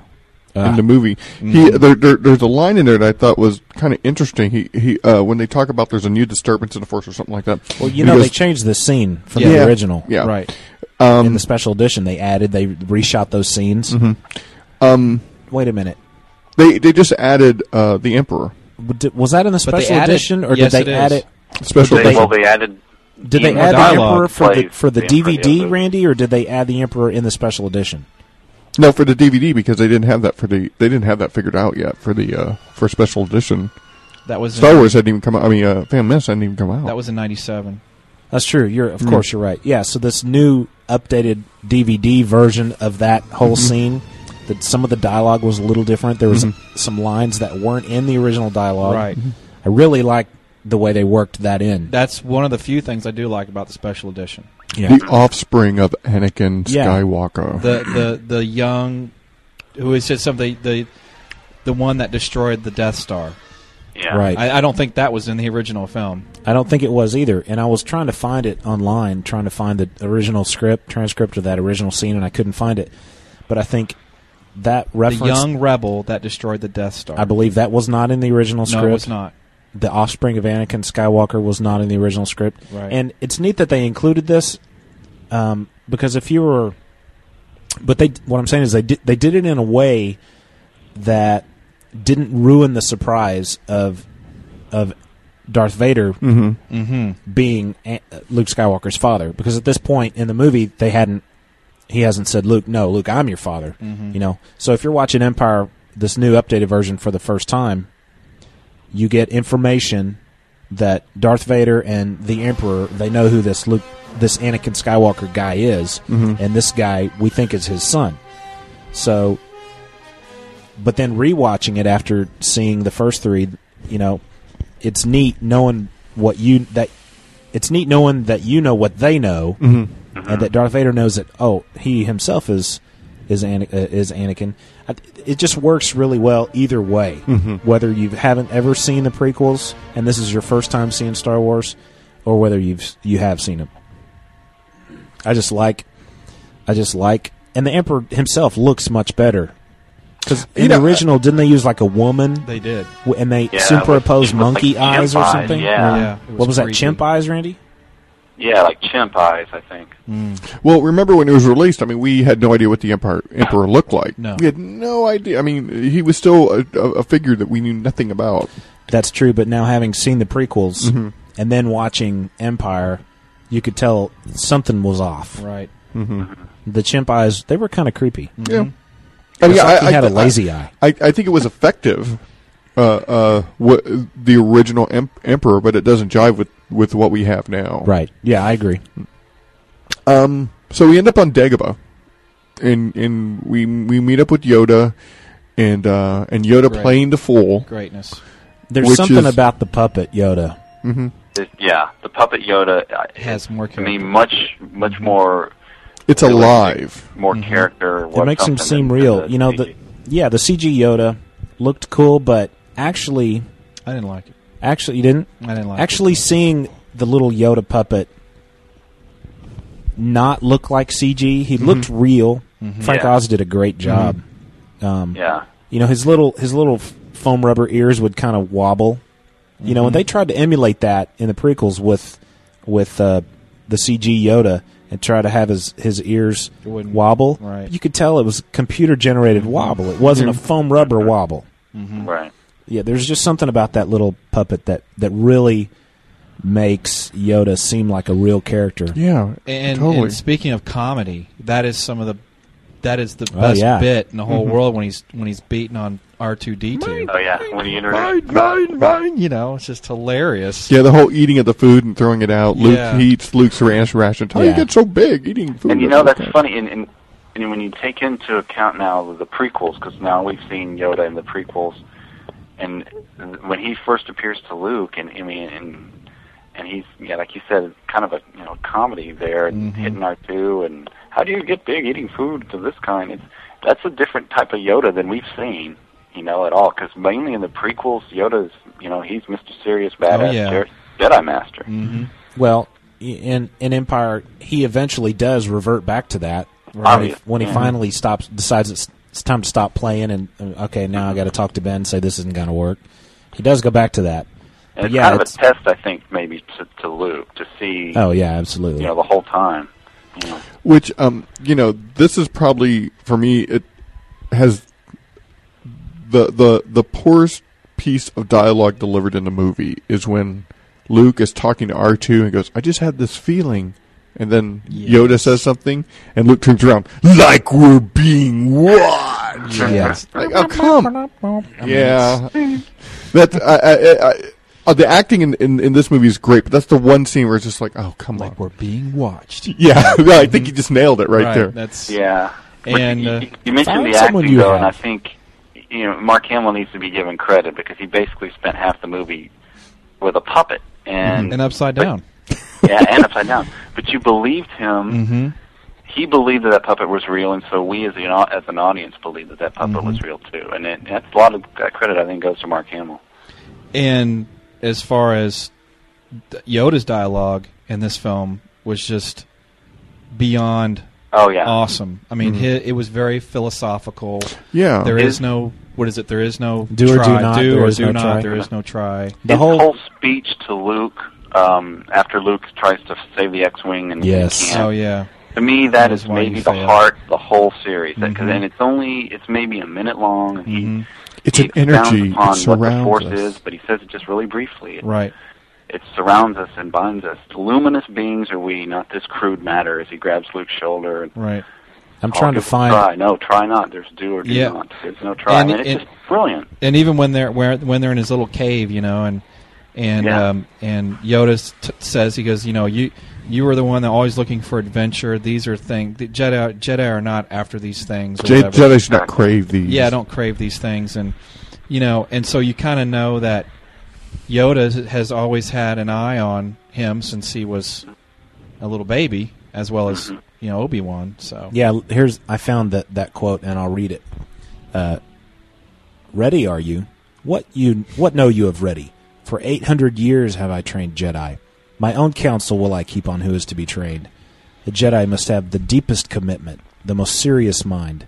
in Ah. Mm-hmm. the movie, he there, there, there's a line in there that I thought was kind of interesting. He he uh, when they talk about there's a new disturbance in the Force or something like that. Well, He you know goes, they changed the scene from Yeah. the original. Yeah. Right. In the special edition, they added, they reshot those scenes. Mm-hmm. um Wait a minute. they they just added uh, the Emperor W- di- Was that in the But they special added- edition, or yes, did it they is. add it? special. They, They- well, they added. Did they even add the dialogue emperor for the plays for the Emperor, yeah, DVD, but- Randy, or did they add the emperor in the special edition? No, for the DVD because they didn't have that for the they didn't have that figured out yet for the uh, for special edition. That was Star in, Wars hadn't even come out. I mean, uh, Phantom Menace hadn't even come out. That was in '97. That's true. You're of course you're right. Yeah. So this new updated DVD version of that whole scene, that some of the dialogue was a little different. There was some lines that weren't in the original dialogue. Right. I really like the way they worked that in. That's one of the few things I do like about the special edition. yeah. the offspring of Anakin Yeah. Skywalker. The the the young who is just something the the one that destroyed the Death Star. Yeah. Right. I, I don't think that was in the original film. I don't think it was either. And I was trying to find it online, trying to find the original script, transcript of that original scene, and I couldn't find it. But I think that reference, the young rebel that destroyed the Death Star. I believe that was not in the original script. no, it was not. the offspring of Anakin Skywalker was not in the original script. Right. And it's neat that they included this um, because if you were, but they what I'm saying is they did they did it in a way that didn't ruin the surprise of of Darth Vader being A- uh, Luke Skywalker's father because at this point in the movie they hadn't he hasn't said Luke no Luke I'm your father you know so if you're watching Empire this new updated version for the first time you get information that Darth Vader and the Emperor they know who this Luke this Anakin Skywalker guy is and this guy we think is his son so but then rewatching it after seeing the first three you know it's neat knowing what you that it's neat knowing that you know what they know Mm-hmm. and that Darth Vader knows that oh he himself is is Ana- uh, is Anakin I, it just works really well either way Mm-hmm. whether you haven't ever seen the prequels and this is your first time seeing Star Wars or whether you've you have seen them I just like I just like and the Emperor himself looks much better because in You know, uh, the original didn't they use like a woman They did. W- and they Yeah, with- with, superimpose like, monkey chimp eyes or eyes, something. yeah. Yeah, it was what was that? creepy. Chimp eyes, Randy? Yeah, like chimp eyes, I think. Mm. Well, remember when it was released? I mean, we had no idea what the Emperor Emperor looked like. No. we had no idea. I mean, he was still a, a, a figure that we knew nothing about. That's true. But now having seen the prequels and then watching Empire, you could tell something was off. Right. Mm-hmm. Mm-hmm. The chimp eyes they were kind of creepy. Oh, Yeah, It was like he had a lazy eye. I, I think it was effective. Uh, uh, what the original em- Emperor, but it doesn't jive with with what we have now. Right. Yeah, I agree. Um, so we end up on Dagobah, and and we we meet up with Yoda, and uh, and Yoda Right. playing the fool. Greatness. There's Which something is- about the puppet Yoda. It- yeah, the puppet Yoda uh, Has more to me character. much much Mm-hmm. more It's alive. more character. It was makes him something seem than- real. than You know, CG. the yeah, the CG Yoda looked cool, but actually, I didn't like it. actually, you didn't. I didn't like it. actually seeing the little Mm-hmm. Yoda puppet not look like CG, he looked real. Frank Yeah. Oz did a great job. Mm. Um, Yeah. You know his little his little f- foam rubber ears would kind of wobble. You Mm-hmm. know, and they tried to emulate that in the prequels with with uh, the CG Yoda and try to have his his ears It wouldn't- wobble. right. Mm-hmm. You could tell it was computer generated wobble. It wasn't a foam rubber wobble. mm. Right. Yeah, there's just something about that little puppet that that really makes Yoda seem like a real character. Yeah, And, totally. and speaking of comedy, that is some of the that is the Oh, best yeah. bit in the whole world when he's when he's beating on R two D two. Oh yeah. When you introduce Mine, mine, mine. You know, it's just hilarious. Yeah, the whole eating of the food and throwing it out. Luke Yeah. he eats Luke's ranch ration. How do you Yeah. get so big eating food? And you know like that's that? funny. And, and and when you take into account now the prequels, because now we've seen Yoda in the prequels, and when he first appears to Luke, and I mean, and and he's yeah, like you said, kind of a you know comedy there, and hitting R two, and how do you get big eating food to this kind? It's that's a different type of Yoda than we've seen. You know, at all, because mainly in the prequels, Yoda's, you know, he's Mr. Serious Badass yeah. Jer- Jedi Master. Well, i- in in Empire, he eventually does revert back to that when he, Obvious. when he Mhm. finally stops, decides it's, it's time to stop playing, and uh, okay, now I got to talk to Ben. and Say this isn't going to work. He does go back to that. And But it's yeah, kind of a it's- test, I think, maybe to, to Luke to see, Oh yeah, absolutely. you know, the whole time. You know. Which um, you know, this is probably for me. It has the the the poorest piece of dialogue delivered in the movie is when Luke is talking to R two and goes, "I just had this feeling." And then Yoda says something, and Luke turns around like we're being watched. Yeah, it's- Like, oh, come. yeah. That's, I, I, I, I, uh, the acting in, in, in this movie is great, but that's the one scene where it's just like, oh, come Like on. we're being watched. Yeah, yeah, I think you just nailed it right, there. That's Yeah. But And, you, uh, you- you mentioned find the someone acting, you though, and I have. think, you know, Mark Hamill needs to be given credit because he basically spent half the movie with a puppet. And, Mm-hmm. and upside down. yeah, and upside down. But you believed him. He believed that that puppet was real, and so we, as an au- as an audience, believed that that puppet was real too. And it, that's a lot of that credit, I think, goes to Mark Hamill. And as far as th- Yoda's dialogue in this film was just beyond Oh yeah, awesome. I mean, hi it was very philosophical. Yeah. There It- is no what is it? There is no Do or do try. not, Do there or is do no not. try. There is no try. the His whole speech to Luke um, after Luke tries to save the X-wing and Yes. can't. Oh yeah. to me That that is is why maybe he the failed. heart of the whole series. Because Mm-hmm. Mhm. and it's only it's maybe a minute long. And he, It's he an expounds upon energy that what the surrounds force us. is, but he says it just really briefly. It, Right. it surrounds us and binds us. Luminous beings are we, not this crude matter. As he grabs Luke's shoulder and Right. I'm "I'll trying to give it a find Try. No, try not. There's do or do Yeah. not. There's no try. And And, it's it- just brilliant. and even when they're where, when they're in his little cave, you know, and and Yeah. um, and Yoda s- t- says he goes, you know, you you were the one that always looking for adventure. These are things the Jedi Jedi are not after these things. Or Je- whatever. Jedi should not crave these. Yeah, I don't crave these things, and you know, and so you kind of know that Yoda has- has always had an eye on him since he was a little baby, as well as you know Obi Wan. So Yeah, l- here's I found that that quote and I'll read it. Uh, ready are you? What you what know you of ready? For 800 years have I trained Jedi. My own counsel will I keep on who is to be trained. The Jedi must have the deepest commitment, the most serious mind.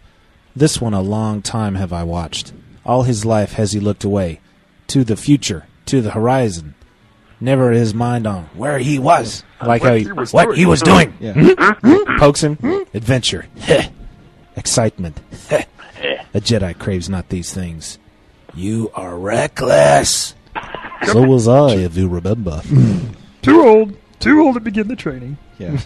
This one a long time have I watched. All his life has he looked away to the future, to the horizon. Never his mind on where he was, like how he, Uh, what he was doing yeah, pokes him. Adventure. Hmm? Heh. Excitement. Heh. A Jedi craves not these things. You are reckless. So was I, if you remember. Too old. Too old to begin the training. yeah.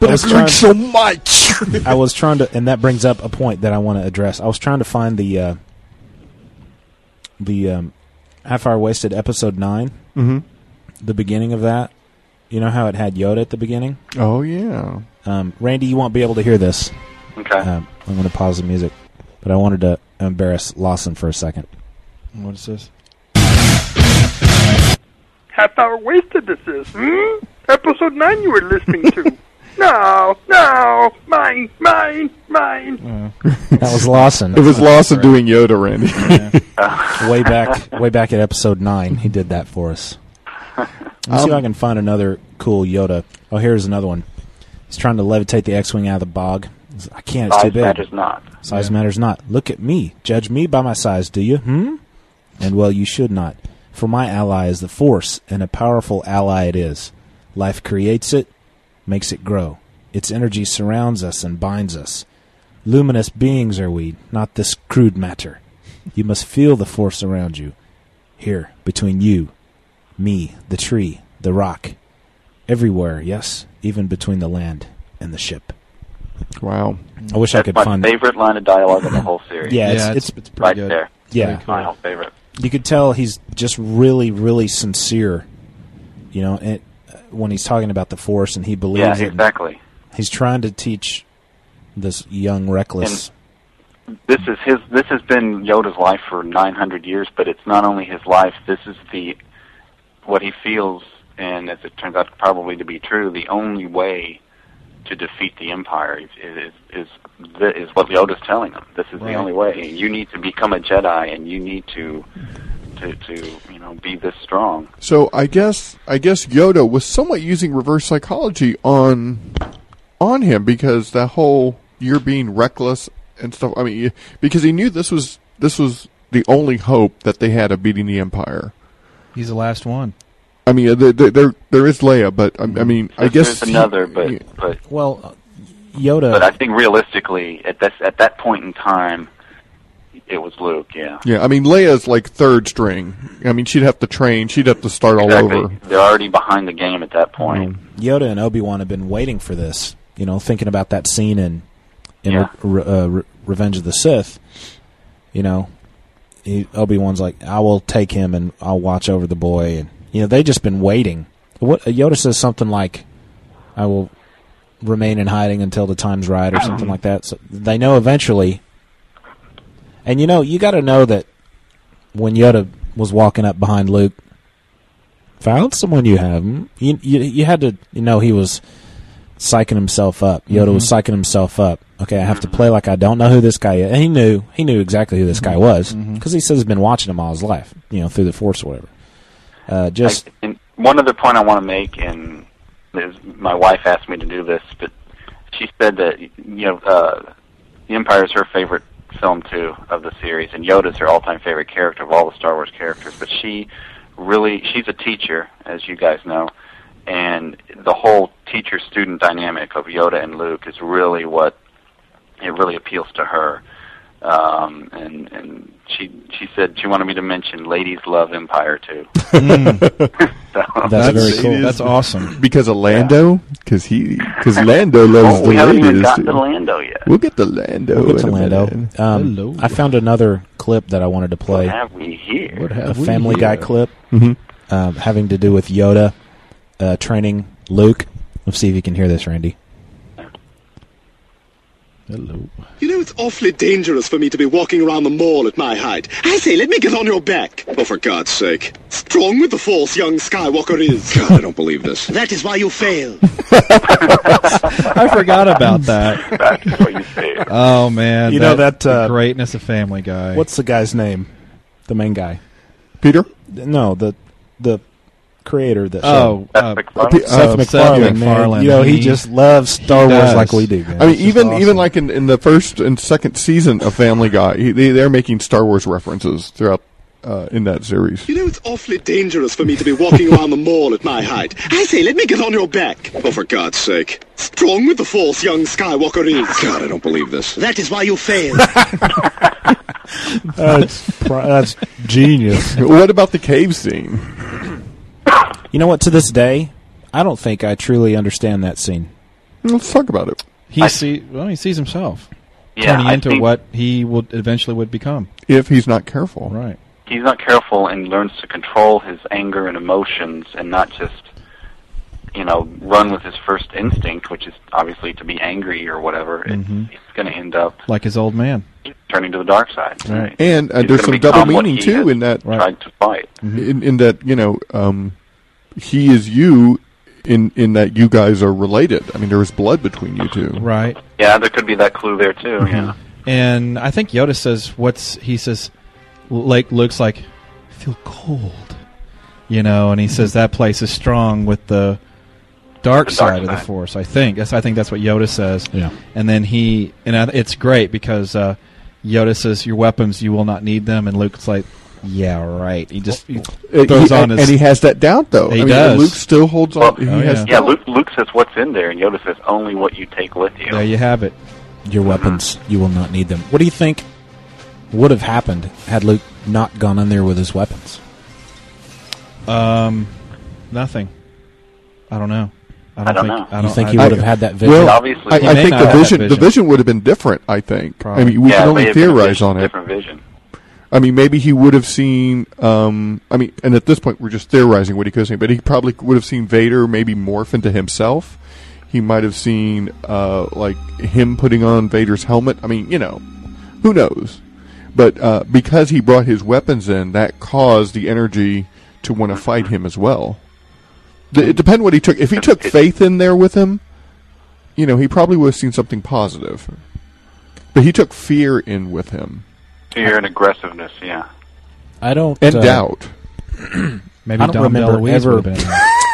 But I was, trying, so much. I was trying to, and that brings up a point that I want to address. I was trying to find the uh, the um, half hour wasted episode 9 mm-hmm. the beginning of that. You know how it had Yoda at the beginning. oh yeah. Um, Randy, you won't be able to hear this. Okay. Um, I'm going to pause the music, but I wanted to embarrass Lawson for a second. What is this? Half hour wasted this is. Hmm? Episode 9 you were listening to. no, no. Mine, mine, mine. That was Lawson. It was Lawson doing Yoda, Randy. way back way back at episode nine he did that for us let me see if i can find another cool yoda oh here's another one he's trying to levitate the x-wing out of the bog I can't. It's Size too big. matters not. Size matters not. Look at me. Judge me by my size, do you? Hmm? And well, you should not. For my ally is the force, and a powerful ally it is. Life creates it, makes it grow. Its energy surrounds us and binds us. Luminous beings are we, not this crude matter. You must feel the force around you. Here, between you, me, the tree, the rock. Everywhere, yes, even between the land and the ship. Wow. I wish I That's could my find favorite line of dialogue in the whole series. Yeah, it's- Yeah, it's- it's- it's pretty right good. there. Yeah. my whole favorite. you could tell he's just really, really sincere. You know, and uh, when he's talking about the force and he believes Yeah, it and exactly. He's trying to teach this young reckless. This is his. This has been Yoda's life for 900 years, but it's not only his life. This is the what he feels, and as it turns out, probably to be true. The only way to defeat the Empire is is is, thi- is what Yoda's telling him. This is Right. the only way. You need to become a Jedi, and you need to to to you know be this strong. So I guess I guess Yoda was somewhat using reverse psychology on on him because that whole you're being reckless and stuff. I mean, because he knew this was this was the only hope that they had of beating the Empire. He's the last one. I mean, there there, there, there is Leia, but um, I, I mean, I guess there's another, but but well, uh, Yoda. But I think realistically, at this at that point in time, it was Luke. Yeah, Yeah, I mean, Leia's like third string. I mean, she'd have to train. She'd have to start exactly. all over. Mm-hmm. They're already behind the game at that point. Yoda and Obi Wan have been waiting for this. You know, thinking about that scene in in Yeah. Re- Re- uh, Re- Revenge of the Sith. You know, Obi Wan's like, I will take him and I'll watch over the boy, and you know they just been waiting. What Yoda says something like, "I will remain in hiding until the time's right," or something like that. So they know eventually. And you know, you got to know that when Yoda was walking up behind Luke, found someone you have. hmm? You, you, you had to you know he was psyching himself up. Yoda was psyching himself up. Okay, I have to play like I don't know who this guy is. And he knew he knew exactly who this guy was because he says he's been watching him all his life. You know, through the Force or whatever. Uh, just I, and one other point I want to make, and is my wife asked me to do this, but she said that you know uh, the Empire is her favorite film too of the series, and Yoda's her all-time favorite character of all the Star Wars characters. But she really, she's a teacher, as you guys know, and the whole teacher-student dynamic of Yoda and Luke is really what it really appeals to her. Um, and and she she said she wanted me to mention ladies love Empire too. So- That's awesome. Because of Lando, because he, because Lando loves Oh, the we haven't even ladies. got dude. to Lando yet. We'll get to Lando. we'll get to in a Lando. minute. Um, I found another clip that I wanted to play. What have we here? What a Family Guy clip um, having to do with Yoda uh, training Luke. Let's see if you can hear this, Randy. Hello. You know, it's awfully dangerous for me to be walking around the mall at my height. I say, let me get on your back. Oh, for God's sake. Strong with the force, young Skywalker is. God, I don't believe this. That is why you fail. I forgot about that. Oh man, You know that, the uh, greatness of Family Guy. What's the guy's name? The main guy. Peter? No, the the creator that Oh, show. uh, Seth MacFarlane. Man. You know, he, just loves Star Wars like we do. man. I mean, even even like in, in the first and second season of Family Guy, he, they, they're making Star Wars references throughout uh, in that series. You know, it's awfully dangerous for me to be walking around the mall at my height. I say, let me get on your back. Oh, for God's sake. Strong with the force, young Skywalker is. God, I don't believe this. That is why you fail. that's, that's genius. what about the cave scene? You know what? To this day, I don't think I truly understand that scene. Let's talk about it. he see well, he sees himself Yeah, turning I into think- what he will eventually would become. If he's not careful, right? He's not careful and learns to control his anger and emotions, and not just you know run with his first instinct, which is obviously to be angry or whatever. It, hmm It's going to end up Like his old man. turning to the dark side. Right. And uh, He's there's some gonna double become what meaning he too has in that. Tried to fight. In, in that you know, um, he is you. In in that you guys are related. I mean, there was blood between you two. Right. Yeah, there could be that clue there too. Mm-hmm. Yeah. And I think Yoda says, "What's he says?" Like looks like, I feel cold, you know. And he says that place is strong Mm-hmm. with the dark side of the Force. I think that's I think that's what Yoda says. Yeah. And then he and I, it's great because uh, Yoda says, "Your weapons, you will not need them," and Luke's like, "Yeah, right." He just he Uh, throws he- on and- his and he has that doubt, though. He I mean, does. Luke still holds on. he has yeah, Luke, Luke says what's in there, and Yoda says only what you take with you. There you have it. Uh-huh. Your weapons, you will not need them. What do you think would have happened had Luke not gone in there with his weapons? um, nothing. I don't know. I don't, think, I don't, I I- don't- Well, I, I think the vision, the vision would have been different. I think. I mean, we Yeah, can it may only have been a theorize vision- on it. different vision. I mean, maybe he would have seen. Um, I mean, and at this point, we're just theorizing what he could have seen. But he probably would have seen Vader maybe morph into himself. He might have seen uh, like him putting on Vader's helmet. I mean, you know, who knows? But uh, because he brought his weapons in, that caused the energy to want to fight him as well. D- it depends what he took. If he took faith in there with him, you know, he probably would have seen something positive. But he took fear in with him. Fear and aggressiveness. Yeah. I don't And uh, doubt. Maybe I don't Dom remember DeLuise ever would've been in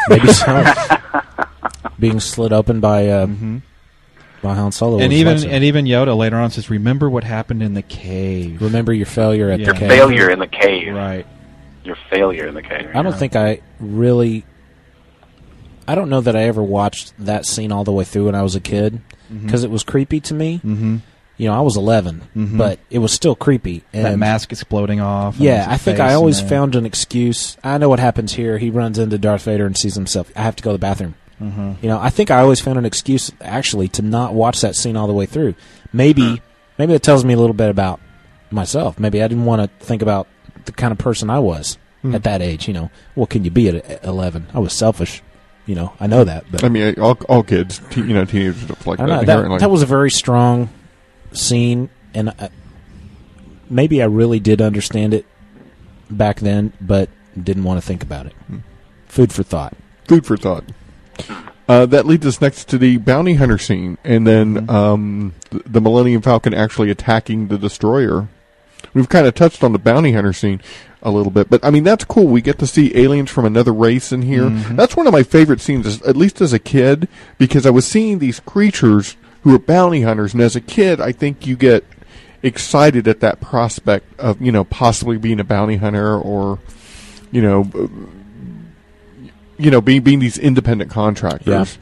maybe so being slit open by uh, by Han Solo with Mm-hmm. and his even lightsaber. and even Yoda later on says, "Remember what happened in the cave. Remember your failure at Your the cave. failure in the cave. Right. Your failure in the cave. I don't think I really. I don't know that I ever watched that scene all the way through when I was a kid Mhm. because it was creepy to me. Mhm. You know, I was 11, Mhm. but it was still creepy. And that mask exploding off." and Yeah, his I think face I and always then- found an excuse. I know what happens here. He runs into Darth Vader and sees himself. I have to go to the bathroom. Mm-hmm. Mhm. You know, I think I always found an excuse actually to not watch that scene all the way through. Maybe, maybe it tells me a little bit about myself. Maybe I didn't want to think about the kind of person I was Hmm. at that age. You know, what can you be at e-, eleven? I was selfish. You know, I know that, but I mean, all, all kids, te- you know, teenagers are like I don't that. know, inherently. that, that was a very strong scene, and I, maybe I really did understand it back then, but didn't want to think about it. Hmm. Food for thought. food for thought. Uh, that leads us next to the bounty hunter scene, and then Hmm. um, th- the Millennium Falcon actually attacking the destroyer. We've kind of touched on the bounty hunter scene a little bit, but I mean that's cool. We get to see aliens from another race in here. Mhm. That's one of my favorite scenes, as- at least as a kid, because I was seeing these creatures who were bounty hunters, and as a kid, I think you get excited at that prospect of you know possibly being a bounty hunter or you know you know, being being these independent contractors.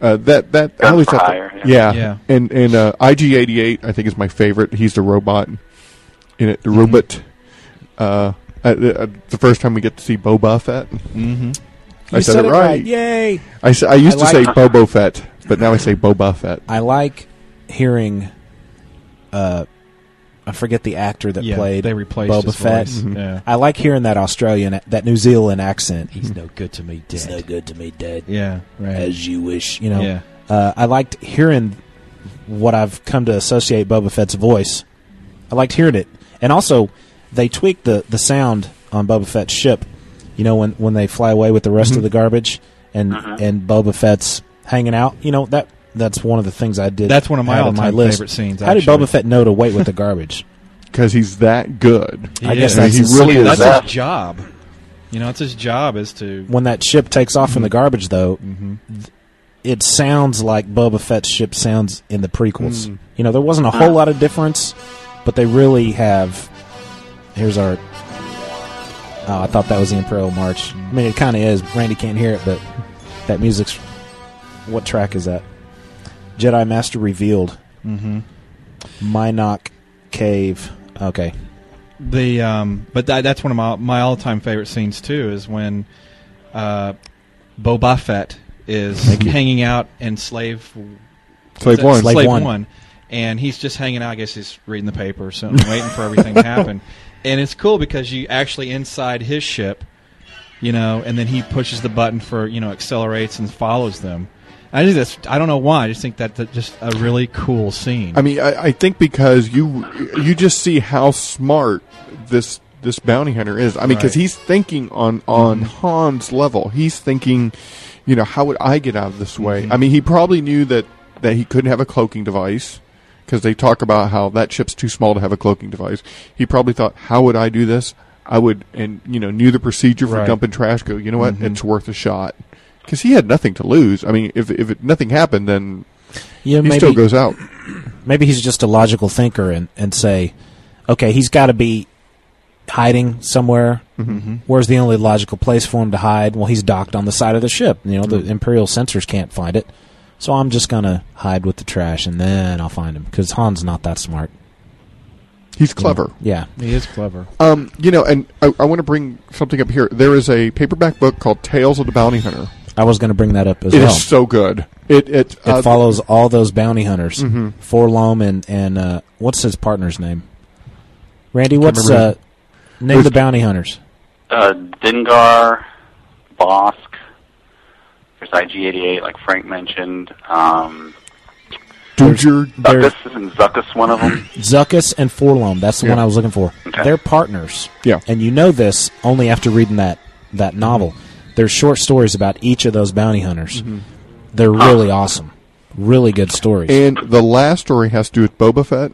Uh, that that I always thought hire, that- yeah. yeah. Yeah. and and uh, IG88 I think is my favorite. He's the robot in it, the robot. Uh, uh, uh, the first time we get to see Boba Fett, Mm-hmm. Mhm. I You said, said it it right. right. Yay. I, s- I used I to say like- Bobo Fett, but now I say Boba Fett. I like hearing. Uh, I forget the actor that Yeah, played they replaced Boba his Fett. Mm-hmm. voice. Mhm. Yeah. I like hearing that Australian, that New Zealand accent. He's Hmm. no good to me, He's no good to me, dead. Yeah, right. As you wish, you know. Yeah. Uh, I liked hearing what I've come to associate Boba Fett's voice. I liked hearing it, and also they tweaked the the sound on Boba Fett's ship. You know, when when they fly away with the rest Mhm. of the garbage, and Mhm. and Boba Fett's hanging out. You know that that's one of the things I did. That's one of my had on all-time list. favorite scenes, How actually. did Boba Fett know to wait with the garbage? Because he's that good. I guess I mean, that's he his- really is. that's that. his job. You know, it's his job is to when that ship takes off Mm-hmm. in the garbage, though, th- it sounds like Boba Fett's ship sounds in the prequels. Mm. You know, there wasn't a Ah. whole lot of difference, but they really have. Here's our. Oh, I thought that was the Imperial March. Mm. I mean, it kind of is. Randy can't hear it, but that music's. What track is that? Jedi Master Revealed. Mm-hmm. Mhm. Minok Cave. Okay. the um but that that's one of my my all-time favorite scenes too is when uh Boba Fett is hanging out in slave Slave is it- One. slave, Slave one. One. and he's just hanging out I guess he's reading the paper or something waiting for everything to happen and it's cool because you actually inside his ship you know and then he pushes the button for you know accelerates and follows them I think that's I don't know why I just think that that's just a really cool scene I mean, I, I think because you you just see how smart this this bounty hunter is. I mean, because Right. he's thinking on on Han's level. He's thinking, you know, how would I get out of this way? I mean, he probably knew that that he couldn't have a cloaking device because they talk about how that ship's too small to have a cloaking device. He probably thought, how would I do this? I would, and you know, knew the procedure for Right. dumping trash. Go, you know what? Mhm. It's worth a shot. because he had nothing to lose. I mean, if if it, nothing happened, then Yeah, he maybe- still goes out. Maybe he's just a logical thinker and, and say, okay, he's got to be hiding somewhere. Mhm. Where's the only logical place for him to hide? Well, he's docked on the side of the ship. You know, Mm-hmm. the Imperial sensors can't find it. So I'm just going to hide with the trash and then I'll find him because Han's not that smart. He's clever. Yeah. He is clever. Um, you know, and I, I want to bring something up here. There is a paperback book called Tales of the Bounty Hunter. I was going to bring that up It as is well. so good. It it, It uh, follows all those bounty hunters. Mhm. Forlom and and uh, what's his partner's name? Randy, Can't what's uh, remember. name the bounty hunters? Uh, Dengar, Bosk, there's IG88, like Frank mentioned. Um, Duger, Zuckus, isn't Zuckus one of them? Zuckus and Forlom. That's the Yeah. one I was looking for. Okay. They're partners. Yeah. And you know this only after reading that that novel. There's short stories about each of those bounty hunters. Mm-hmm. They're really awesome. Really good stories. and the last story has to do with Boba Fett.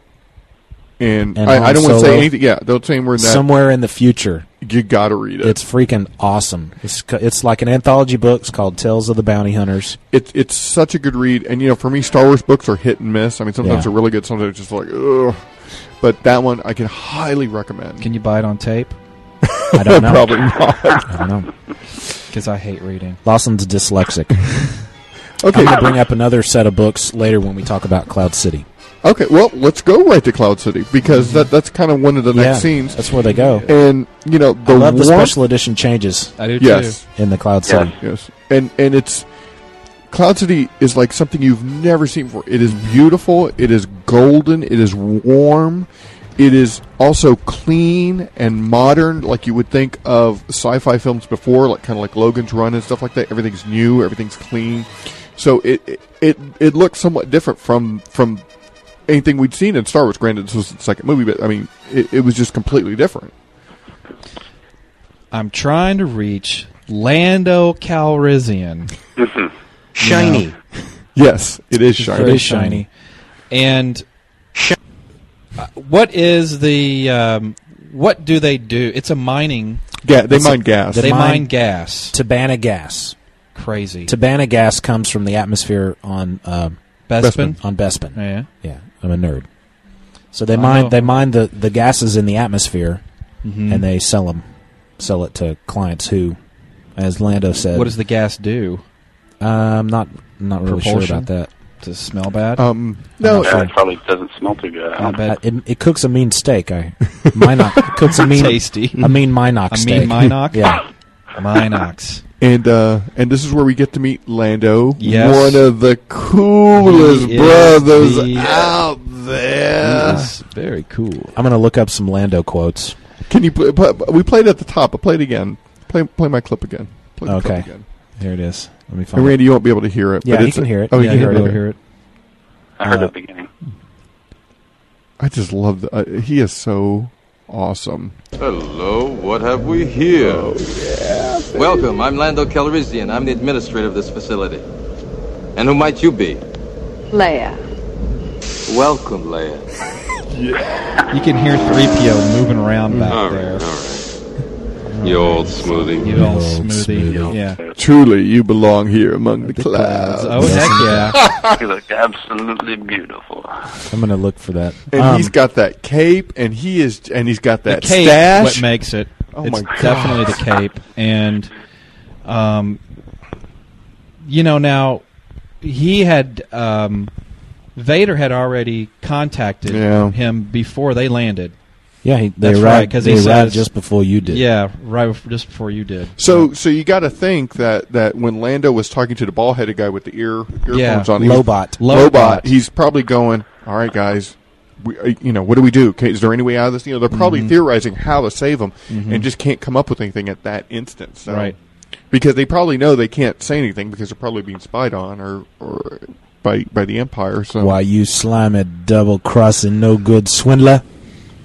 And, And I, I Han don't want to say Solo. anything. Yeah, don't say we're in that. Somewhere in the future. You got to read it. It's freaking awesome. It's c- it's like an anthology book. It's called Tales of the Bounty Hunters. It's it's such a good read, and you know, for me, Star Wars books are hit and miss. I mean, sometimes Yeah. they're really good, sometimes just like, ugh. But that one I can highly recommend. Can you buy it on tape? I don't know. Probably not. I don't know. Because I hate reading. Lawson's dyslexic. Okay. I'm going to bring up another set of books later when we talk about Cloud City. Okay, well, let's go right to Cloud City because that that's kind of one of the next Mm-hmm. Yeah, scenes. That's where they go. And you know, the I love the warmth- special edition changes. I do Yes. In the Cloud City. Yes, and and it's Cloud City is like something you've never seen before. It is beautiful. It is golden. It is warm. It is also clean and modern, like you would think of sci-fi films before, like kind of like Logan's Run and stuff like that. Everything's new. Everything's clean. So it it it, it looks somewhat different from from anything we'd seen in Star Wars. Granted, this was the second movie, but I mean, it, it was just completely different. I'm trying to reach Lando Calrissian. Shiny. Yes, it is shiny. Very shiny. And uh, what is the um, what do they do? It's a mining. Yeah, they It's a- mine gas. They, They mine, mine- gas. Tabana gas. Crazy. Tabana gas comes from the atmosphere on uh, Bespin? On Bespin. Yeah. Yeah. I'm a nerd. So they I mine know. they mine the, the gases in the atmosphere, Mhm. and they sell them, sell it to clients who, as Lando said, uh, What does the gas do? I'm not not really sure about that. Does it smell bad? Um, yeah, it probably doesn't smell too good. I I don't know. bet it, it cooks a mean steak. I Minoc it cooks a mean Tasty. A mean Minoc I steak. mean Minoc? Yeah. Minox. And uh, and this is where we get to meet Lando, Yes. one of the coolest He is brothers the- out there. He's very cool. I'm gonna look up some Lando quotes. Can you play? pl- We played at the top, but play it again. Play play my clip again. Play the Okay. clip again. Here it is. Let me find. And it. Randy, you won't be able to hear it. Yeah, but you it's- can hear it. Oh, you Yeah, can you'll hear be it. able to okay. hear it. I heard uh, the beginning. I just love that. Uh, he is so awesome. Hello, what have we here? Oh, Welcome, I'm Lando Calrissian. I'm the administrator of this facility. And who might you be? Leia. Welcome, Leia. You can hear 3PO moving around back All right, there. You old smoothie. You old smoothie. Yeah. Truly, you belong here among the, clouds. Oh, heck yeah. you look absolutely beautiful. I'm gonna look for that. And Um, he's got that cape, and he is, and he's got that the cape stash. what makes it. Oh it's my God. definitely the cape. And um you know now he had um Vader had already contacted Yeah. him before they landed. yeah, he, they That's arrived right, 'cause he they arrived says- just before you did. Yeah, right bef- just before you did. So, so you got to think that, that when Lando was talking to the ball headed guy with the ear earphones Yeah. on, he was- Lobot. Lobot, Lobot. he's probably going, "All right, guys, we, uh, you know, what do we do? Okay, is there any way out of this?" You know, they're probably Mm-hmm. Mhm. theorizing how to save him, Mhm. and just can't come up with anything at that instant. So. Right. Because they probably know they can't say anything because they're probably being spied on or, or by by the Empire. So Why you slimed, double crossing, no good swindler?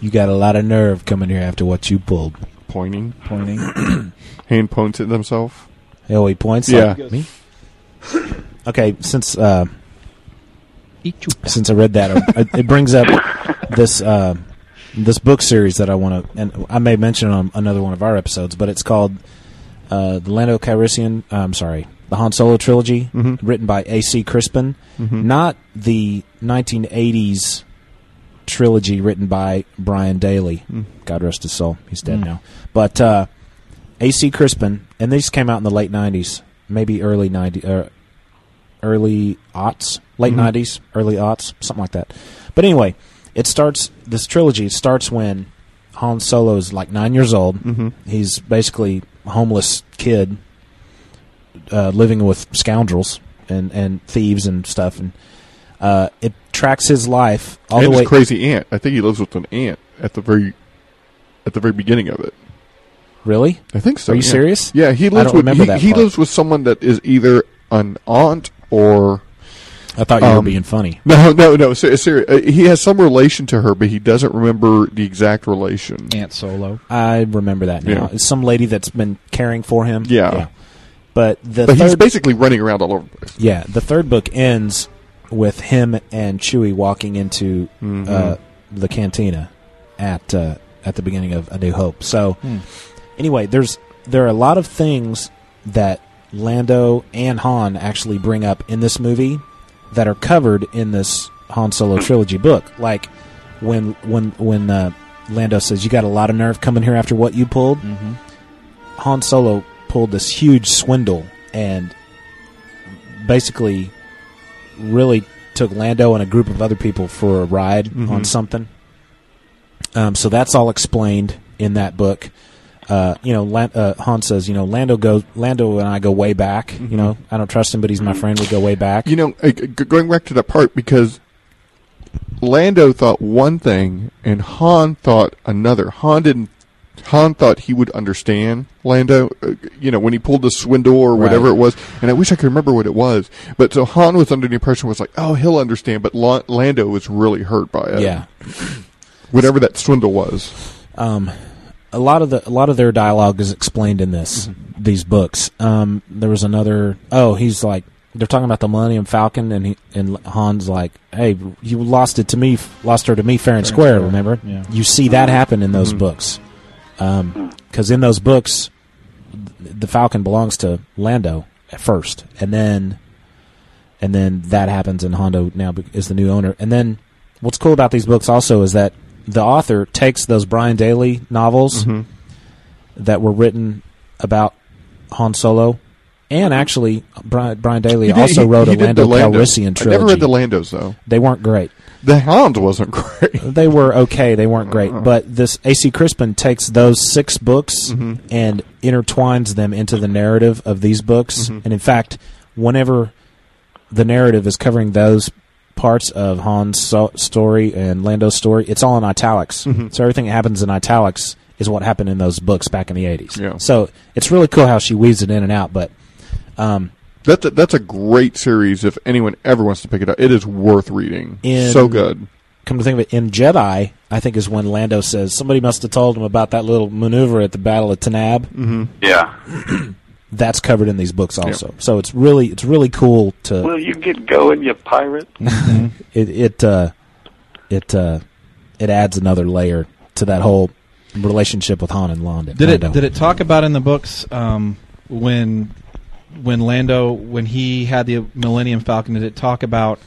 You got a lot of nerve coming here after what you pulled. pointing, pointing, hand points at themselves. Oh, he points. Yeah. like me. Okay, since uh, since I read that, uh, it brings up this uh, this book series that I want to, and I may mention it on another one of our episodes, but it's called uh, the Lando Calrissian. I'm sorry, the Han Solo trilogy, Mhm. written by A.C. Crispin, Mhm. not the 1980s trilogy written by Brian Daley. God rest his soul. He's dead Mm. now. But uh, A.C. Crispin, and these came out in the late 90s, maybe early 90s. Uh, early aughts, late Mhm. 90s, early aughts, something like that. But anyway, it starts, this trilogy starts when Han Solo's like nine years old. Mhm. He's basically a homeless kid uh, living with scoundrels and, and thieves and stuff. And uh, it tracks his life all and the way. his crazy aunt. I think he lives with an aunt at the very at the very beginning of it. Really? I think so. Are you yeah. serious? Yeah, he I lives don't with remember he, that he part. lives with someone that is either an aunt or. I thought you Um, were being funny. No, no, no. Ser- ser- uh, he has some relation to her, but he doesn't remember the exact relation. Aunt Solo. I remember that now. Yeah. It's some lady that's been caring for him. Yeah. But the but he's third- Uh, basically running around all over the place. Yeah, the third book ends with him and Chewie walking into Mm-hmm. uh, the cantina at uh, at the beginning of A New Hope. So, Hmm. anyway, there's there are a lot of things that Lando and Han actually bring up in this movie that are covered in this Han Solo trilogy book. Like when when when uh, Lando says, "You got a lot of nerve coming here after what you pulled." Mm-hmm. Han Solo pulled this huge swindle and basically really took Lando and a group of other people for a ride Mhm. on something. Um, so that's all explained in that book. Uh, you know, Lan- uh, Han says, you know, Lando go, Lando and I go way back. You know, I don't trust him, but he's my friend. We go way back. You know, uh, g- going back to that part because Lando thought one thing and Han thought another. Han didn't. Han thought he would understand Lando. Uh, you know, when he pulled the swindle or whatever Right. it was, and I wish I could remember what it was. But so Han was under the impression was like, oh, he'll understand. But La- Lando was really hurt by it. Yeah. Whatever that swindle was. um, a lot of the a lot of their dialogue is explained in this these books. Um, there was another. Oh, he's like they're talking about the Millennium Falcon, and he, and Han's like, "Hey, you lost it to me, lost her to me, fair Fair and and square." square, Remember? yeah. You see that happen in those Mhm. books, because in those books, th- the Falcon belongs to Lando at first, and then and then that happens and Hondo now be- is the new owner. And then what's cool about these books also is that the author takes those Brian Daley novels Mm-hmm. that were written about Han Solo and actually Brian, Brian Daley He Mm-hmm. did- also he- wrote he a did Lando, the Lando. Calrissian I trilogy. never read the Landos, though. They weren't great. The Hound wasn't great. They were okay. They weren't great. But this AC Crispin takes those six books and intertwines them into the narrative of these books. And in fact, whenever the narrative is covering those parts of Han's so- story and Lando's story, it's all in italics. So everything that happens in italics is what happened in those books back in the 80s. Yeah. So it's really cool how she weaves it in and out. But um, That's a, that's a great series. If anyone ever wants to pick it up, it is worth reading. in so good. Come to think of it, in Jedi, I think is when Lando says somebody must have told him about that little maneuver at the Battle of Tanab. Mm-hmm. Yeah. That's covered in these books also. So it's really it's really cool to Will you get going, you pirate? it it uh, it uh, it adds another layer to that whole relationship with Han and Lando. Did it Lando. did it talk about in the books um, when when Lando when he had the Millennium Falcon? Did it talk about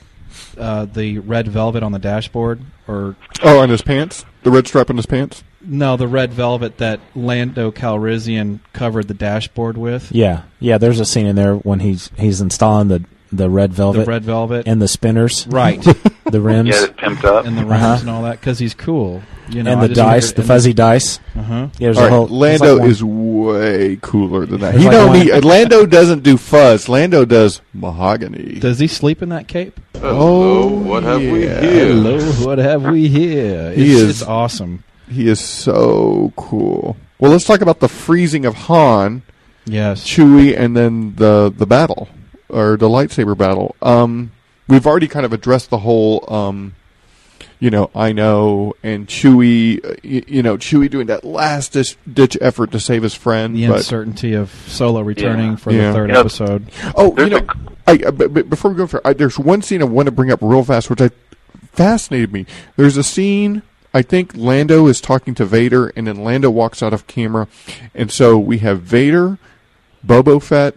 uh, the red velvet on the dashboard or Oh, on his pants, the red stripe on his pants. no the red velvet that Lando Calrissian covered the dashboard with? Yeah, yeah. There's a scene in there when he's he's installing the the red velvet, red velvet. and the spinners, Right. the rims, Yeah, it's pimped up, and the rims Uh-huh. and all that because he's cool. You know, and I the just dice, wondered- the and- fuzzy dice. Uh-huh. Yeah, there's All a right, whole there's Lando like one- is way cooler than that. There's He like don't one- need, Lando doesn't do fuzz. Lando does mahogany. Does he sleep in that cape? Oh, Hello, what have we yeah. here? Hello, what have we here? It's, He is- it's awesome. He is so cool. Well, let's talk about the freezing of Han. Yes. Chewie, and then the the battle or the lightsaber battle. Um, we've already kind of addressed the whole. Um, you know, I know, and Chewie. uh, y- You know, Chewie doing that last ditch, ditch effort to save his friend. The but uncertainty of Solo returning for Yeah. the third Yep. episode. Oh, you know, I, I- but, but before we go for, I, there's one scene I want to bring up real fast, which I fascinated me. There's a scene. I think Lando is talking to Vader, and then Lando walks out of camera, and so we have Vader, Bobo Fett,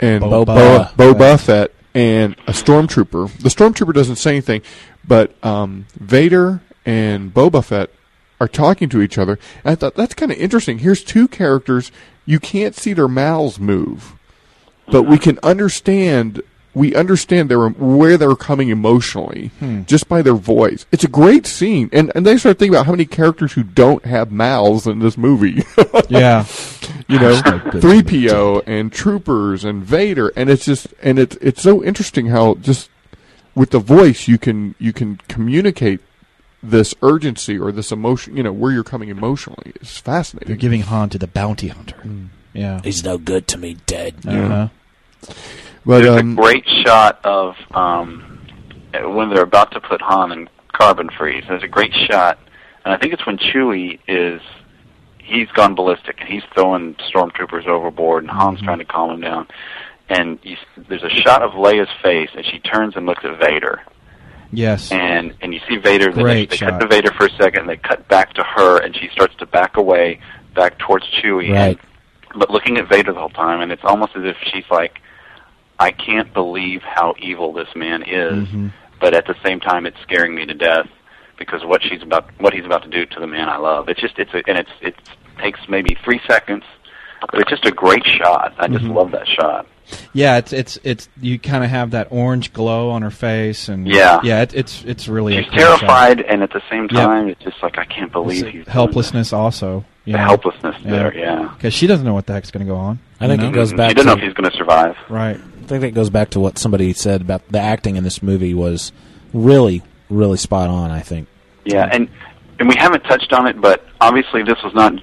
and Boba. Boba, Boba Fett and a stormtrooper. The stormtrooper doesn't say anything, but um, Vader and Boba Fett are talking to each other. And I thought that's kind of interesting. Here's two characters you can't see their mouths move, but we can understand. We understand their where they're coming emotionally Hmm. just by their voice. It's a great scene, and and they start thinking about how many characters who don't have mouths in this movie. Yeah. you know, Oh, Gosh, no good. three PO and troopers and Vader, and it's just and it's it's so interesting how just with the voice you can you can communicate this urgency or this emotion, you know, where you're coming emotionally. It's fascinating. They're giving Han to the bounty hunter. Mm. Yeah. He's no good to me dead. Uh-huh. But There's um, a great shot of um, when they're about to put Han in carbon freeze. There's a great shot, and I think it's when Chewie is he's gone ballistic and he's throwing stormtroopers overboard, and Han's Mm-hmm. trying to calm him down. And you, s- there's a shot of Leia's face, and she turns and looks at Vader, Yes. and and you see Vader. They, Great they shot. cut to Vader for a second, and they cut back to her, and she starts to back away, back towards Chewie, Right. but looking at Vader the whole time, and it's almost as if she's like, I can't believe how evil this man is, Mm-hmm. but at the same time, it's scaring me to death because what she's about, what he's about to do to the man I love. It's just, it's, a, and it's, it takes maybe three seconds, but it's just a great shot. I just Mhm. love that shot. Yeah, it's it's it's you kind of have that orange glow on her face, and Yeah. yeah, it, it's it's really a She's cool shot. terrified, and at the same Yeah. time, it's just like I can't It's believe he's helplessness also. you The know. helplessness there, yeah. Mm-hmm. Because she doesn't know what the heck's going to go on. I think you it know? goes back. You don't to, know if he's going to survive. right. I think that goes back to what somebody said about the acting in this movie was really, really spot on. I think. Yeah, and and we haven't touched on it, but obviously this was not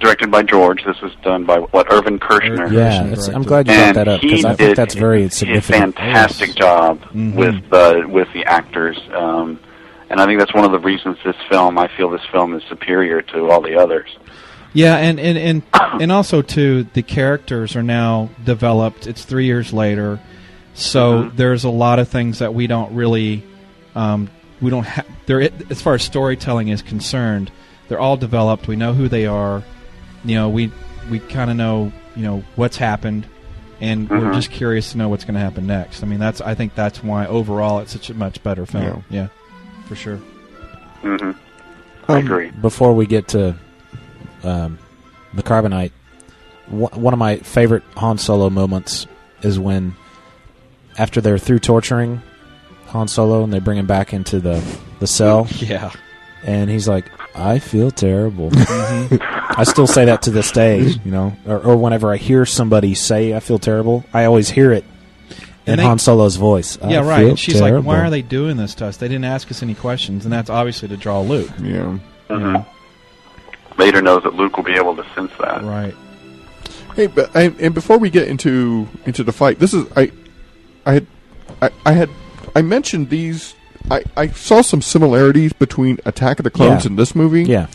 directed by George. This was done by what Irvin Kershner. Yeah, it's, I'm glad you brought and that up he because I did think that's very a significant. fantastic job Mhm. with the with the actors, um, and I think that's one of the reasons this film. I feel this film is superior to all the others. Yeah, and and and, and also too, the characters are now developed. It's three years later, so there's a lot of things that we don't really, um, we don't have there. As far as storytelling is concerned, they're all developed. We know who they are. You know, we we kind of know you know what's happened, and we're Mhm. just curious to know what's going to happen next. I mean, that's I think that's why overall it's such a much better film. Yeah, for sure. Mm-hmm. I Um, agree. Before we get to um, the carbonite, wha- one of my favorite Han Solo moments is when, after they're through torturing Han Solo and they bring him back into the, the cell. Yeah. And he's like, I feel terrible. Mm-hmm. I still say that to this day, you know, or, or whenever I hear somebody say, I feel terrible, I always hear it in And they- Han Solo's voice. yeah, "I right. feel And she's terrible." like, "Why are they doing this to us? They didn't ask us any questions, and that's obviously to draw Luke." Yeah, Vader knows that Luke will be able to sense that. right. Hey, but and, and before we get into into the fight, this is I, I had, I, I had, I mentioned these. I, I saw some similarities between Attack of the Clones Yeah. and this movie. Yeah.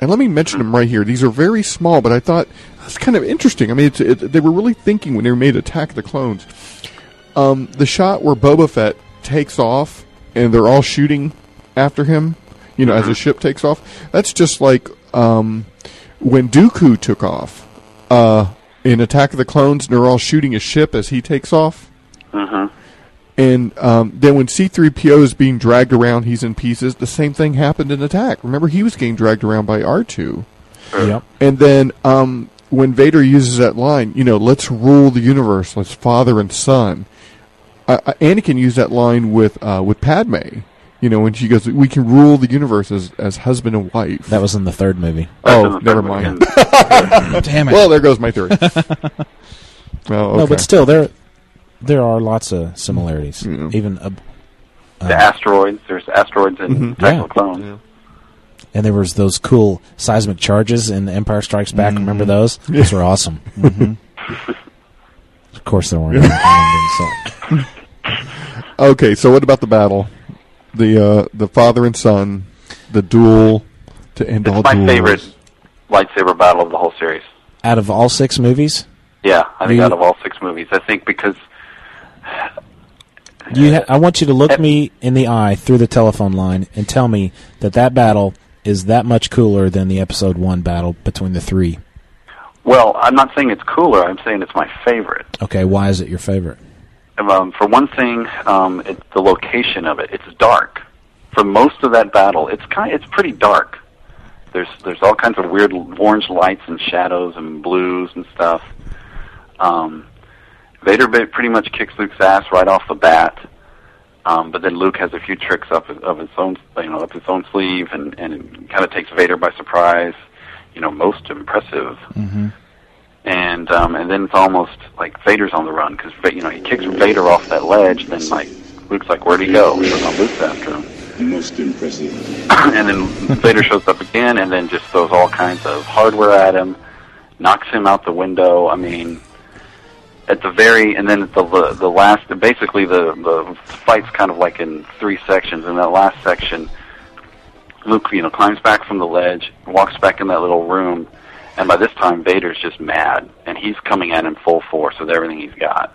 And let me mention them right here. These are very small, but I thought that's kind of interesting. I mean, it's, it, they were really thinking when they made Attack of the Clones. Um, the shot where Boba Fett takes off and they're all shooting after him, you know, as his ship takes off. That's just like um, when Dooku took off uh, in Attack of the Clones, and they're all shooting his ship as he takes off. Mhm. And um, then when C3PO is being dragged around, he's in pieces. The same thing happened in Attack. Remember, he was getting dragged around by R2. Yep. And then um, when Vader uses that line, you know, let's rule the universe, let's father and son. Uh, uh, Anakin used that line with uh, with Padme. You know, when she goes, "We can rule the universe as, as husband and wife." That was in the third movie. oh, never mind. Damn it. Well, there goes my theory. oh, No, okay. but still, there there are lots of similarities. Mm, Even uh, ab- The asteroids. There's asteroids in Mm-hmm. Mhm. Attack Uh. of Yeah. the Clones. and there was those cool seismic charges in The Empire Strikes Back. Remember those? Mm. Yeah. Those were awesome. Mm-hmm. of course, there weren't. any endings, so- Okay, so what about the battle? The uh, the father and son, the duel to end all It's my duels. favorite lightsaber battle of the whole series. Out of all six movies, Yeah, I think You- out of all six movies, I think because you ha- I want you to look me in the eye through the telephone line and tell me that that battle is that much cooler than the Episode One battle between the three. Well, I'm not saying it's cooler. I'm saying it's my favorite. Okay, why is it your favorite? Um, for one thing, um, it's the location of it. It's dark. For most of that battle, it's kind. It's pretty dark. There's there's all kinds of weird l- orange lights and shadows and blues and stuff. Um, Vader ba- pretty much kicks Luke's ass right off the bat. Um, but then Luke has a few tricks up his- of his own, you know, up his own sleeve, and and it kind of takes Vader by surprise. You know, most impressive and um, and then it's almost like Vader's on the run because you know he kicks Vader off that ledge. Then like Luke's like, where'd he go? So now Luke's after him. Most impressive. and then Vader shows up again, and then just throws all kinds of hardware at him, knocks him out the window. I mean, at the very and then at the the, the last, basically the the fight's kind of like in three sections. In that last section, Luke you know climbs back from the ledge, walks back in that little room. And by this time, Vader's just mad, and he's coming at him full force with everything he's got.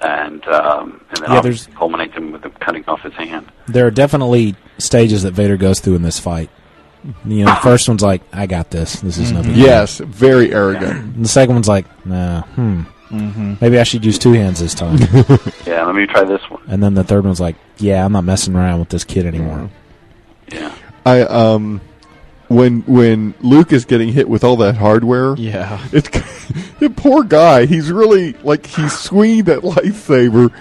And um, and then Yeah, obviously there's- culminates him with him cutting off his hand. There are definitely stages that Vader goes through in this fight. You know, the first one's like, "I got this. This is no big deal." Yes, very arrogant. And the second one's like, "Nah, hmm, Mhm. maybe I should use two hands this time." Yeah, let me try this one. and then the third one's like, "Yeah, I'm not messing around with this kid anymore." I um when when Luke is getting hit with all that hardware, Yeah. it's the poor guy. He's really like he's swinging that lightsaber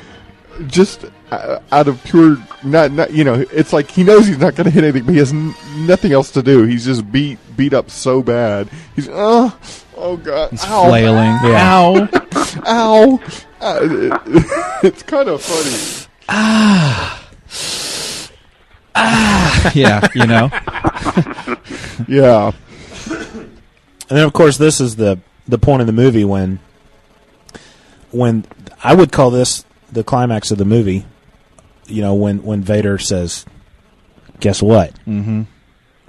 just uh, out of pure not not you know. It's like he knows he's not going to hit anything, but he has n- nothing else to do. He's just beat beat up so bad. He's oh oh god, He's ow, flailing. Yeah. Ow. ow. Uh, it- Uh, it's kind of funny. Ah. Ah. yeah, you know. yeah. And then, of course, this is the the point of the movie when when I would call this the climax of the movie. You know, when when Vader says, "Guess what? Mm-hmm.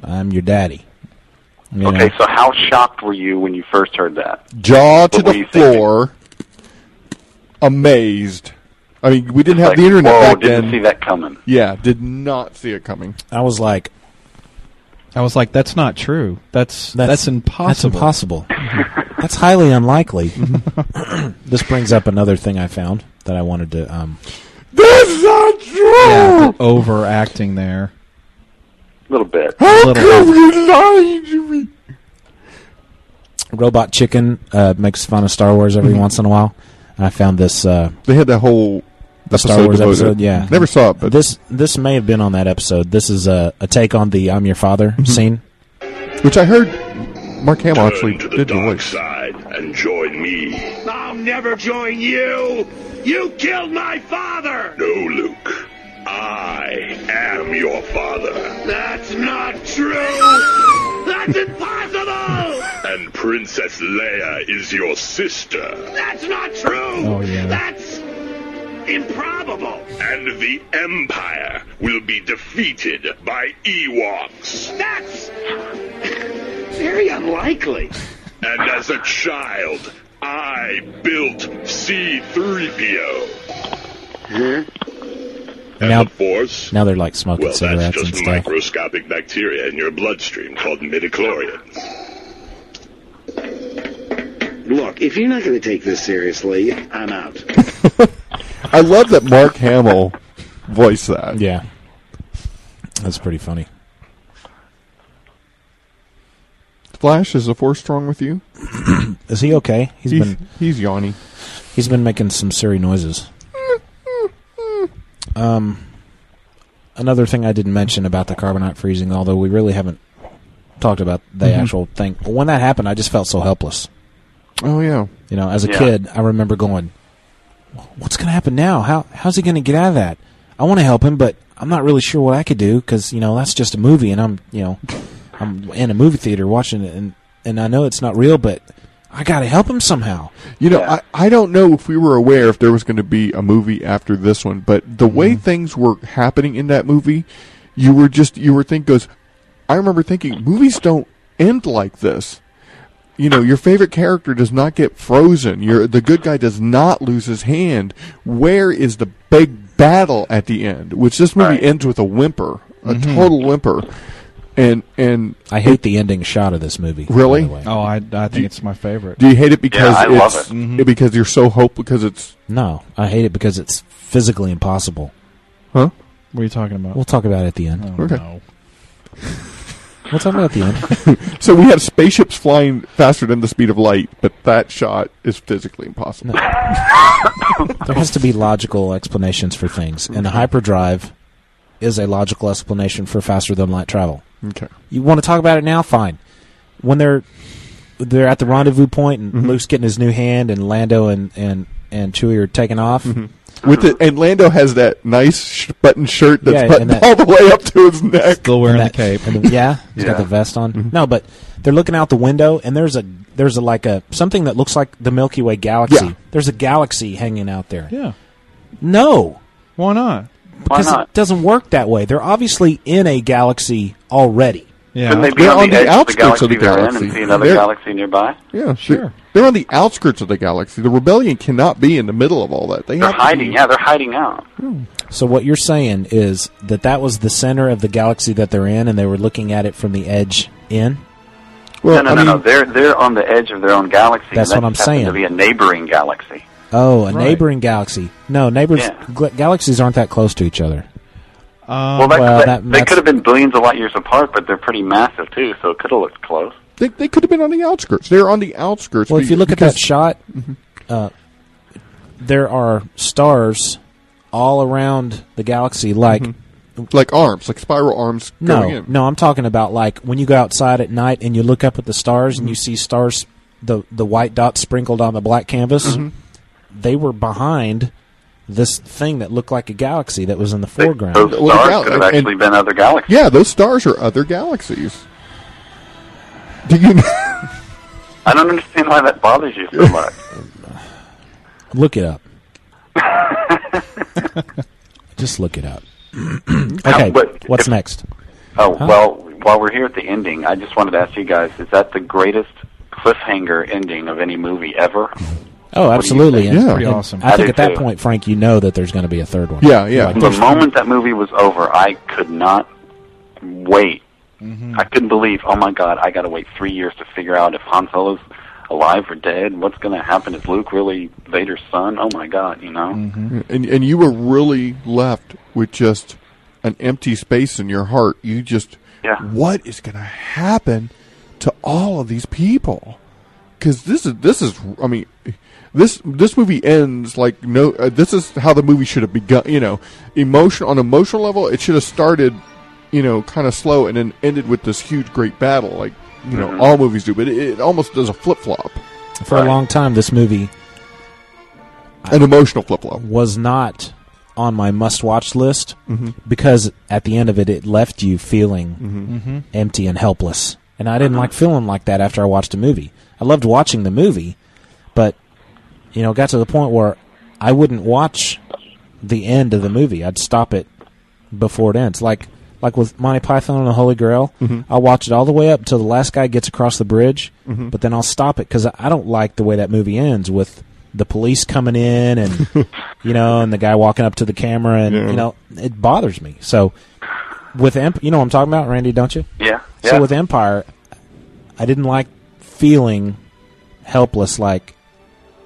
I'm your daddy." You Okay, know? so how shocked were you when you first heard that? jaw to What were the you thinking? floor, amazed. I mean, we didn't have Like, the internet whoa, back didn't then. see that coming. Yeah, did not see it coming. I was like, I was like, that's not true. That's that's, impossible. That's impossible. that's highly unlikely. this brings up another thing I found that I wanted to. Um, That's not true. Yeah, the overacting there. A little bit. How Little come bit. you lying to me? Robot Chicken uh, makes fun of Star Wars Mm-hmm. every once in a while. And I found this. Uh, They had that whole the Star episode Wars devoted. episode. Yeah, Never saw it, but this this may have been on that episode. This is a, a take on the "I'm Your Father" Mm-hmm. scene. which I heard Mark Hamill actually did the voice. side and join me. I'll never join you. You killed my father. No, Luke. I am your father. That's not true. That's impossible. And Princess Leia is your sister. That's not true. Oh, yeah. That's improbable. And the Empire will be defeated by Ewoks. That's very unlikely. And as a child, I built C3PO. Huh? And now, Force? now they're like smoking Well, that's cigarettes and just stuff. microscopic bacteria in your bloodstream called midichlorians. Look, if you're not going to take this seriously, I'm out. I love that Mark Hamill voiced that. Yeah, that's pretty funny. Flash is the force strong with you? Is he okay? He's He's- been he's yawning. He's been making some silly noises. Um, another thing I didn't mention about the carbonite freezing, although we really haven't talked about the Mhm. actual thing. When that happened, I just felt so helpless. Oh yeah. You know, as a Yeah. kid, I remember going, "What's going to happen now? How how's he going to get out of that? I want to help him, but I'm not really sure what I could do because you know that's just a movie, and I'm you know I'm in a movie theater watching it, and and I know it's not real, but I got to help him somehow. You know, I, I don't know if we were aware if there was going to be a movie after this one, but the way things were happening in that movie, you were just you were think goes. I remember thinking movies don't end like this. You know, your favorite character does not get frozen. Your the good guy does not lose his hand. Where is the big battle at the end? Which this movie ends with a whimper, a total whimper. And and I hate the ending shot of this movie. Really? Oh, I, I think it's my favorite. Do you hate it because it's because you're so hopeful because it's No, I hate it because it's physically impossible. Huh? What are you talking about? Oh, We'll talk about it at the end. Okay. We'll talk about it at the end. so we have spaceships flying faster than the speed of light, but that shot is physically impossible. There has to be logical explanations for things, and hyperdrive is a logical explanation for faster than light travel. Okay. You want to talk about it now? Fine. When they're they're at the rendezvous point, and Luke's getting his new hand, and Lando and and and Chewie are taking off. With it, and Lando has that nice sh- button shirt that's Yeah, buttoned and that- all the way up to his neck. Still wearing that- and the- yeah, he's got the vest on. No, but they're looking out the window, and there's a there's a like a something that looks like the Milky Way galaxy. Yeah. There's a galaxy hanging out there. Yeah. No, Why not? because it doesn't work that way. They're obvly in a galaxy already. Yeah, Couldn't they be on, the, edge of the galaxy, they're in and see another They're- galaxy nearby? Yeah, sure. They're on the outskirts of the galaxy. The rebellion cannot be in the middle of all that. They They're have to be- hiding. Yeah, they're hiding out. So what you're saying is that that was the center of the galaxy that they're in, and they were looking at it from the edge in. no, no, no, no. They're they're on the edge of their own galaxy. and That's that what I'm just happened saying. To be a neighboring galaxy. Oh, a neighboring galaxy. No, neighbors gla- galaxies aren't that close to each other. well, that, well, that- that- they that's- could have been billions of light years apart, but they're pretty massive too, so it could have looked close. They, they could have been on the outskirts. They're on the outskirts. Well, be- if you look at because- Mm-hmm. that shot, uh, there are stars all around the galaxy, like like arms, like spiral arms. No, going Mm-hmm. in. no, I'm talking about like when you go outside at night and you look up at the stars and you Mm-hmm. see stars, the the white dots sprinkled on the black canvas. Mhm. They were behind this thing that looked like a galaxy that was in the foreground. Those Well, the stars gal- could have and- actually been other galaxies. Yeah, those stars are other galaxies. Do you I don't understand why that bothers you so much. Look it up. Just look it up. How- okay, but what's if- next? Oh Huh? well, while we're here at the ending, I just wanted to ask you guys: Is that the greatest cliffhanger ending of any movie ever? Oh, absolutely. think? and- Yeah. Pretty and awesome. I I think do at that too. point, Frank, you know that there's going to be a third one. Like, the moment that movie was over, I could not wait. Mm-hmm. I couldn't believe. Oh my God! I got to wait three years to figure out if Han Solo's alive or dead. What's going to happen? Is Luke really Vader's son? Oh my God! You know. Mm-hmm. And and you were really left with just an empty space in your heart. You just Yeah. what is going to happen to all of these people? Because this is this is I mean this this movie ends like no uh, this is how the movie should have begun. You know, emotion on emotional level, it should have started you know kind of slow and then ended with this huge great battle like you know Mhm. all movies do. But it, it almost does a flip flop, For a long time, this movie an emotional flip flop. was not on my must-watch list Mm-hmm. because at the end of it, it left you feeling Mhm. empty and helpless, and I didn't like feeling like that after I watched a movie. I loved watching the movie, but you know, it got to the point where I wouldn't watch the end of the movie. I'd stop it before it ends, like like with Monty Python and the Holy Grail. Mhm. I'll watch it all the way up till the last guy gets across the bridge, but then I'll stop it because I don't like the way that movie ends with the police coming in and you know, and the guy walking up to the camera, and Yeah. you know, it bothers me. So with Emp- you know what I'm talking about, Randy, don't you? Yeah, So yeah. with Empire, I didn't like feeling helpless. Like,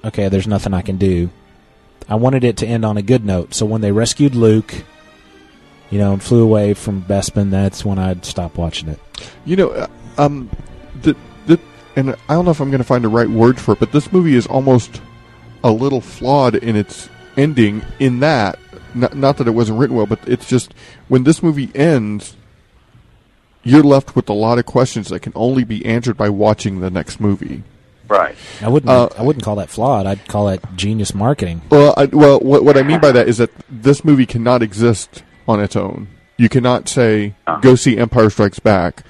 okay, there's nothing I can do. I wanted it to end on a good note. So when they rescued Luke, you know, and flew away from Bespin, that's when I'd stop watching it. You know, uh, um, the, the, and I don't know if I'm going to find the right word for it, but this movie is almost a little flawed in its ending. In that, not, not that it wasn't written well, but it's just when this movie ends, you're left with a lot of questions that can only be answered by watching the next movie. Right. I wouldn't. Uh, I wouldn't call that flawed. I'd call it genius marketing. Well, I, well, what, what I mean by that is that this movie cannot exist on its own. You cannot say go see Empire Strikes Back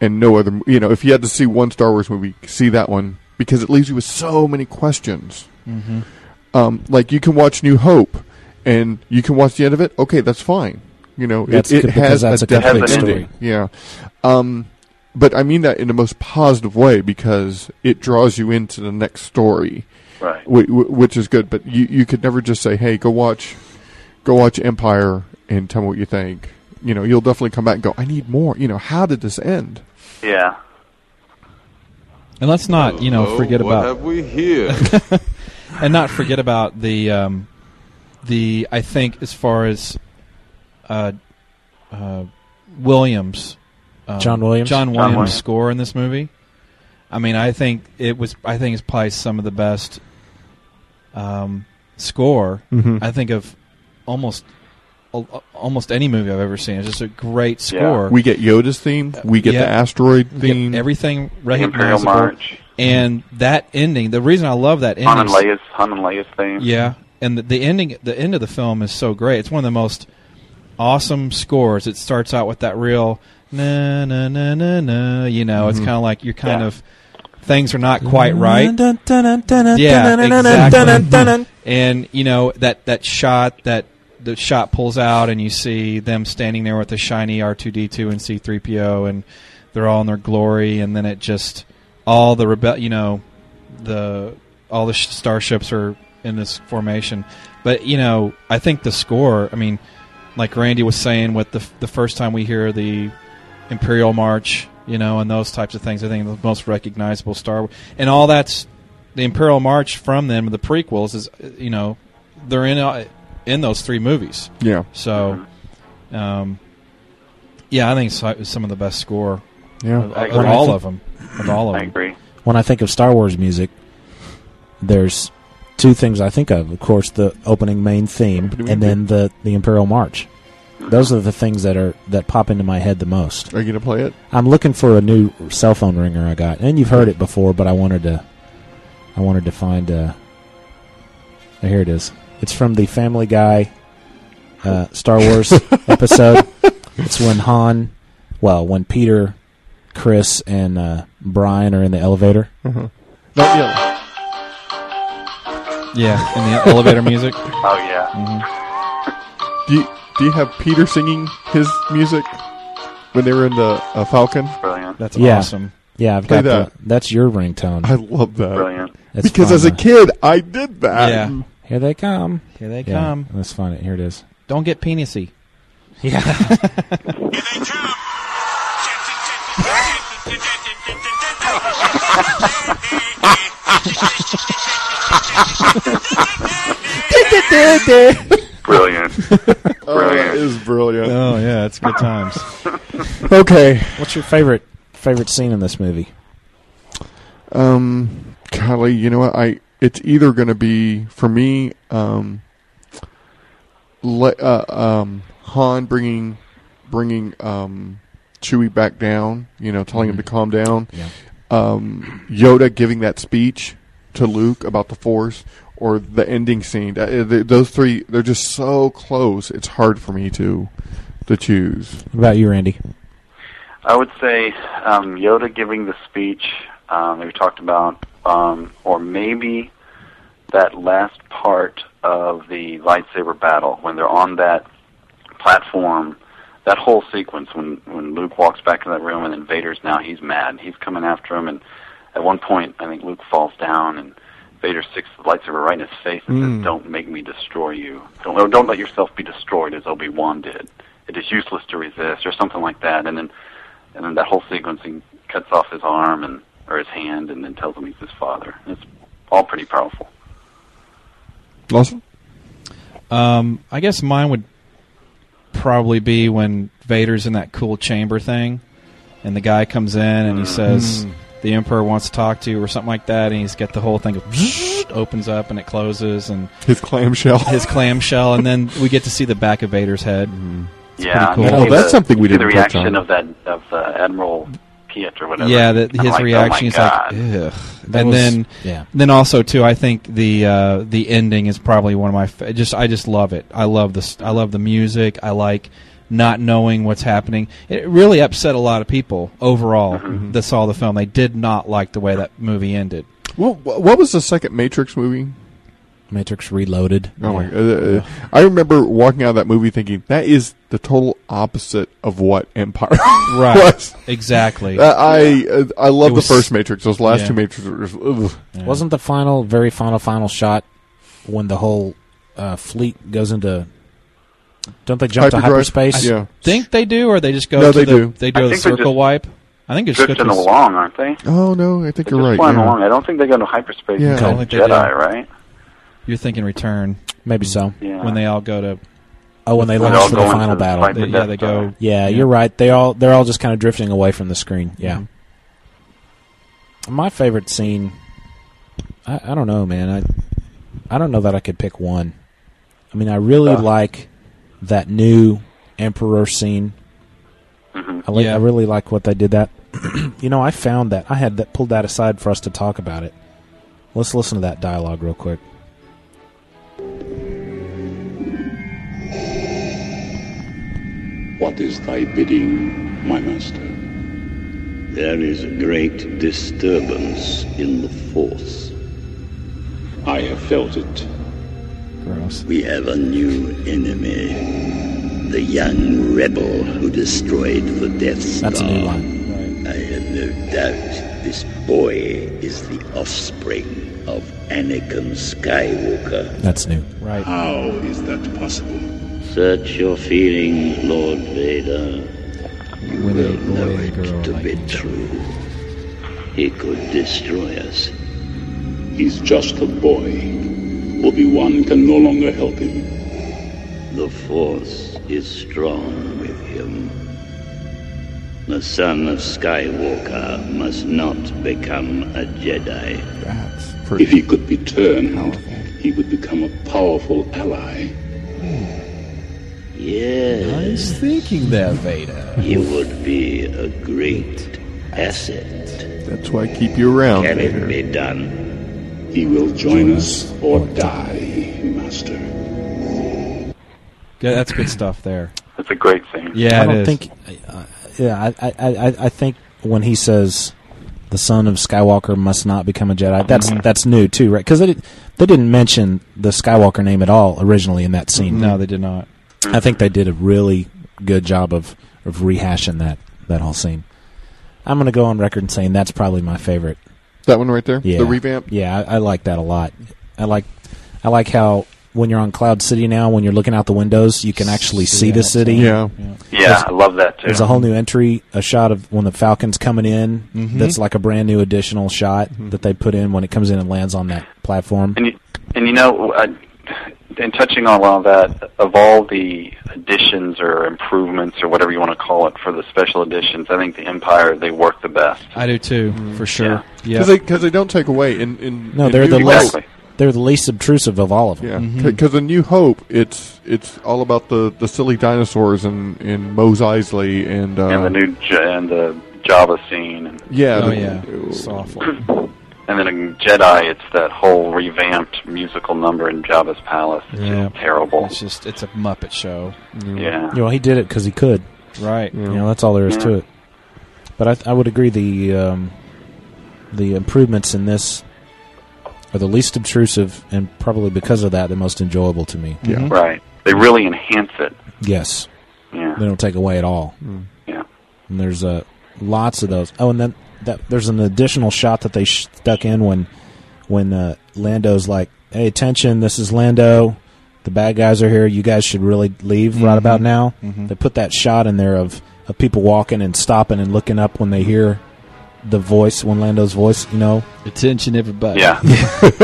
and no other. m- You know, if you had to see one Star Wars movie, see that one because it leaves you with so many questions. Mm-hmm. Mhm. Um, like you can watch New Hope and you can watch the end of it. Okay, that's fine. You know, That's it, good it because has that's a a complete definite story. ending. Yeah. Um, but I mean that in the most positive way because it draws you into the next story, right? which is good. But you you could never just say, "Hey, go watch, go watch Empire and tell me what you think." you know, you'll definitely come back and go, I need more. You know, how did this end? Yeah. And let's not, you know, Hello, forget what about have we here? and not forget about the um, the I think as far as uh, uh, Williams, um, John Williams? John John Williams, Williams. score in this movie. I mean, I think it was. I think it's probably some of the best um, score. Mhm. I think of almost al- uh, almost any movie I've ever seen. It's just a great score. We get Yoda's theme. We get the Yeah. asteroid Yep, theme. everything Imperial recognizable. March. And that ending, the reason I love that ending, Han and Leia's Han and Leia's thing. yeah, and the, the ending, the end of the film is so great. It's one of the most awesome scores. It starts out with that real na na na na na. You know, it's Mhm. kind of like you're kind of things are not quite right. Yeah, exactly. and you know that that shot that the shot pulls out, and you see them standing there with the shiny R two D two and C three PO, and they're all in their glory, and then it just all the rebel, you know, the all the sh- starships are in this formation. But you know, I think the score. I mean, like Randy was saying, with the f- the first time we hear the Imperial March, you know, and those types of things. I think the most recognizable Star Wars, and all that's the Imperial March from them. The prequels is, uh, you know, they're in uh, in those three movies. Yeah. So, um, yeah, I think so- some of the best score. Yeah. of, I of agree. all of them. Of all of I them. agree. When I think of Star Wars music, there's two things I think of. Of course, the opening main theme, and then the the Imperial March. Those are the things that are that pop into my head the most. Are you gonna play it? I'm looking for a new cell phone ringer I got, and you've heard it before, but I wanted to, I wanted to find. Uh, oh, here it is. It's from the Family Guy uh, Star Wars episode. It's when Han, well, when Peter, Chris, and uh, Brian are in the elevator. Mhm. Not yet. Yeah, and the elevator music. Oh yeah. Mm-hmm. Do you, do you have Peter singing his music when they were in the uh, Falcon? Brilliant. That's yeah, awesome. yeah. I've Play got the, that. that's your ringtone. I love that. Brilliant. That's because fun, as a though. kid, I did that. Yeah. Here they come. Here they Yeah, come. Let's find it. Here it is. Don't get penisy. Yeah. Brilliant. Oh, that is brilliant. Oh yeah, it's good times. Okay. What's your favorite favorite scene in this movie? Um, golly, you know what? I it's either going to be for me, um, le, uh, um, Han bringing bringing um, Chewie back down. You know, telling him to calm down. Yeah. Um, Yoda giving that speech to Luke about the Force, or the ending scene. Uh, th- those three, they're just so close. It's hard for me to to choose. What about you, Randy? I would say um, Yoda giving the speech um, that we talked about, um, or maybe that last part of the lightsaber battle when they're on that platform. That whole sequence when when Luke walks back in that room and then Vader's now he's mad he's coming after him and at one point I think Luke falls down and Vader sticks the lightsaber right in his face and Mm. says Don't make me destroy you. Don't or don't let yourself be destroyed as Obi Wan did. It is useless to resist or something like that and then and then that whole sequencing cuts off his arm and or his hand and then tells him he's his father. It's all pretty powerful. Lawson, Um, I guess mine would probably be when Vader's in that cool chamber thing, and the guy comes in and he says Hmm. Mm. the Emperor wants to talk to you or something like that, and he's got the whole thing of opens up and it closes and his clamshell. his clamshell, and then we get to see the back of Vader's head. Mm. It's yeah, pretty and cool. you see the- you see The reaction of that of uh, Admiral Piet or whatever. Yeah, that I'm his like, reaction oh is my God. like, ugh. That and was- then, yeah. then also too, I think the uh, the ending is probably one of my fa- just I just love it. I love this. I love the music. I like not knowing what's happening. It really upset a lot of people overall Mm-hmm. that saw the film. They did not like the way that movie ended. What what was the second Matrix movie? Matrix Reloaded. Oh my! Uh, uh, I remember walking out of that movie thinking that is the total opposite of what Empire Right. was. Exactly. Uh, I uh, I love It the was- first Matrix. Those last yeah. two Matrix were just, ugh. Wasn't the final, very final, final shot when the whole uh, fleet goes into Don't they jump to Hyperdrive? hyperspace? Yeah. Think they do, or they just go? No, to they the, do. They I do a think they circle just wipe. I think it's drifting along, aren't they? Oh no, I think you're right. Flying yeah. along. I don't think they go into hyperspace. Yeah. in I don't think they Jedi, do. right? You're thinking return. Maybe so. Yeah. When they all go to. Oh, when they When launch they all for the go into final the battle. fight for They- yeah, Death they go- Star. Yeah, you're right. They all they're all just kind of drifting away from the screen. Yeah. My favorite scene. I, I don't know, man. I I don't know that I could pick one. I mean, I really like that new Emperor scene. I, like, I really like what they did that. you know, I found that I had that pulled that aside for us to talk about it. Let's listen to that dialogue real quick. What is thy bidding, my master? There is a great disturbance in the Force. I have felt it. We have a new enemy. The young rebel who destroyed the Death Star. That's a new I have no doubt this boy is the offspring of Anakin Skywalker. That's new. Right. How is that possible? Search your feelings, Lord Vader. You will know it to be true. He could destroy us. He's just a boy. Obi-Wan can no longer help him. The Force is strong with him. The son of Skywalker must not become a Jedi. If he could be turned, he would become a powerful ally. Yes. I was thinking there, Vader. He would be a great asset. That's why I keep you around. Can it be done? He will join us or die, Master. Good, that's good stuff there. That's a great scene. Yeah, I don't it is. think. Uh, yeah, I, I, I, I think when he says the son of Skywalker must not become a Jedi, that's Mhm. that's new too, right? Because they, did, they didn't mention the Skywalker name at all originally in that scene. No, they did not. I think they did a really good job of of rehashing that that whole scene. I'm going to go on record and saying that's probably my favorite. That one right there, Yeah, the revamp. Yeah, I, I like that a lot. I like I like how when you're on Cloud City now, when you're looking out the windows, you can actually see, See the outside. city. Yeah. Yeah, There's- I love that too. There's a whole new entry, a shot of when the Falcon's coming in. Mhm. That's like a brand new additional shot Mm-hmm. that they put in when it comes in and lands on that platform. And you, and you know, I, in touching on all that, of all the additions or improvements or whatever you want to call it for the special editions, I think the Empire they work the best. I do too, for sure. Yeah. Because they, 'cause they don't take away. In, in No, in they're New the Hope- least they're the least obtrusive of all of them. Yeah, because in New Hope, it's it's all about the, the silly dinosaurs and, and Mose Eisley and uh, and the new J- and the Java scene, and, yeah, Oh the- yeah. It's awful. and then in Jedi, it's that whole revamped musical number in Java's palace. It's Yeah. just terrible. It's just it's a Muppet show. Yeah. You know, he did it because he could. Right. You know, that's all there is to it. But I, I would agree the um, the improvements in this are the least obtrusive and probably because of that the most enjoyable to me. Right. They really enhance it. Yes. Yeah. They don't take away at all. Yeah. And there's uh, lots of those. Oh, and then that there's an additional shot that they sh- stuck in when when uh, Lando's like, "Hey, attention! This is Lando. The bad guys are here. You guys should really leave Mm-hmm. right about now." They put that shot in there of of people walking and stopping and looking up when they hear the voice when Lando's voice. You know, attention, everybody. Yeah.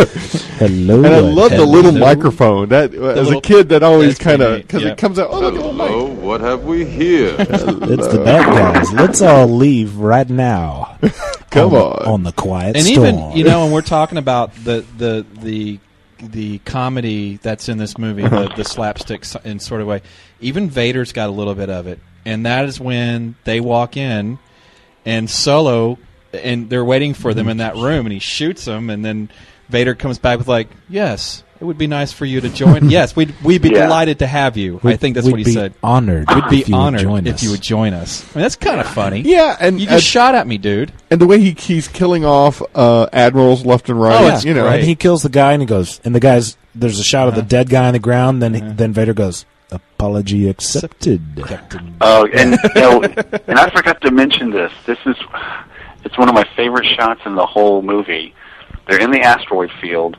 Hello. And I love the little Hello. microphone. That The as a little- kid, that always That's kind of great, because yeah. it comes out. Oh, look at the mic. Hello, what have we here? It's the bad guys. Let's all leave right now. Come on, the- on the quiet and storm. even you know when we're talking about the the the the comedy that's in this movie the, the slapstick s- in sort of way even vader's got a little bit of it and that is when they walk in and solo and they're waiting for them in that room and he shoots them and then vader comes back with like yes it would be nice for you to join yes we'd, we'd be Yeah. delighted to have you i We'd- think that's we'd what he be said honored we'd be if you would honored join if us." you would join us i mean that's kind of funny Yeah, and you just and- shot at me dude And the way he he's killing off uh, admirals left and Oh, right. you know, and he kills the guy, and he goes, and the guy's there's a shot of Uh-huh. the dead guy on the ground. Then then Vader goes, apology accepted. Oh, and you know, and I forgot to mention this. This is it's one of my favorite shots in the whole movie. They're in the asteroid field,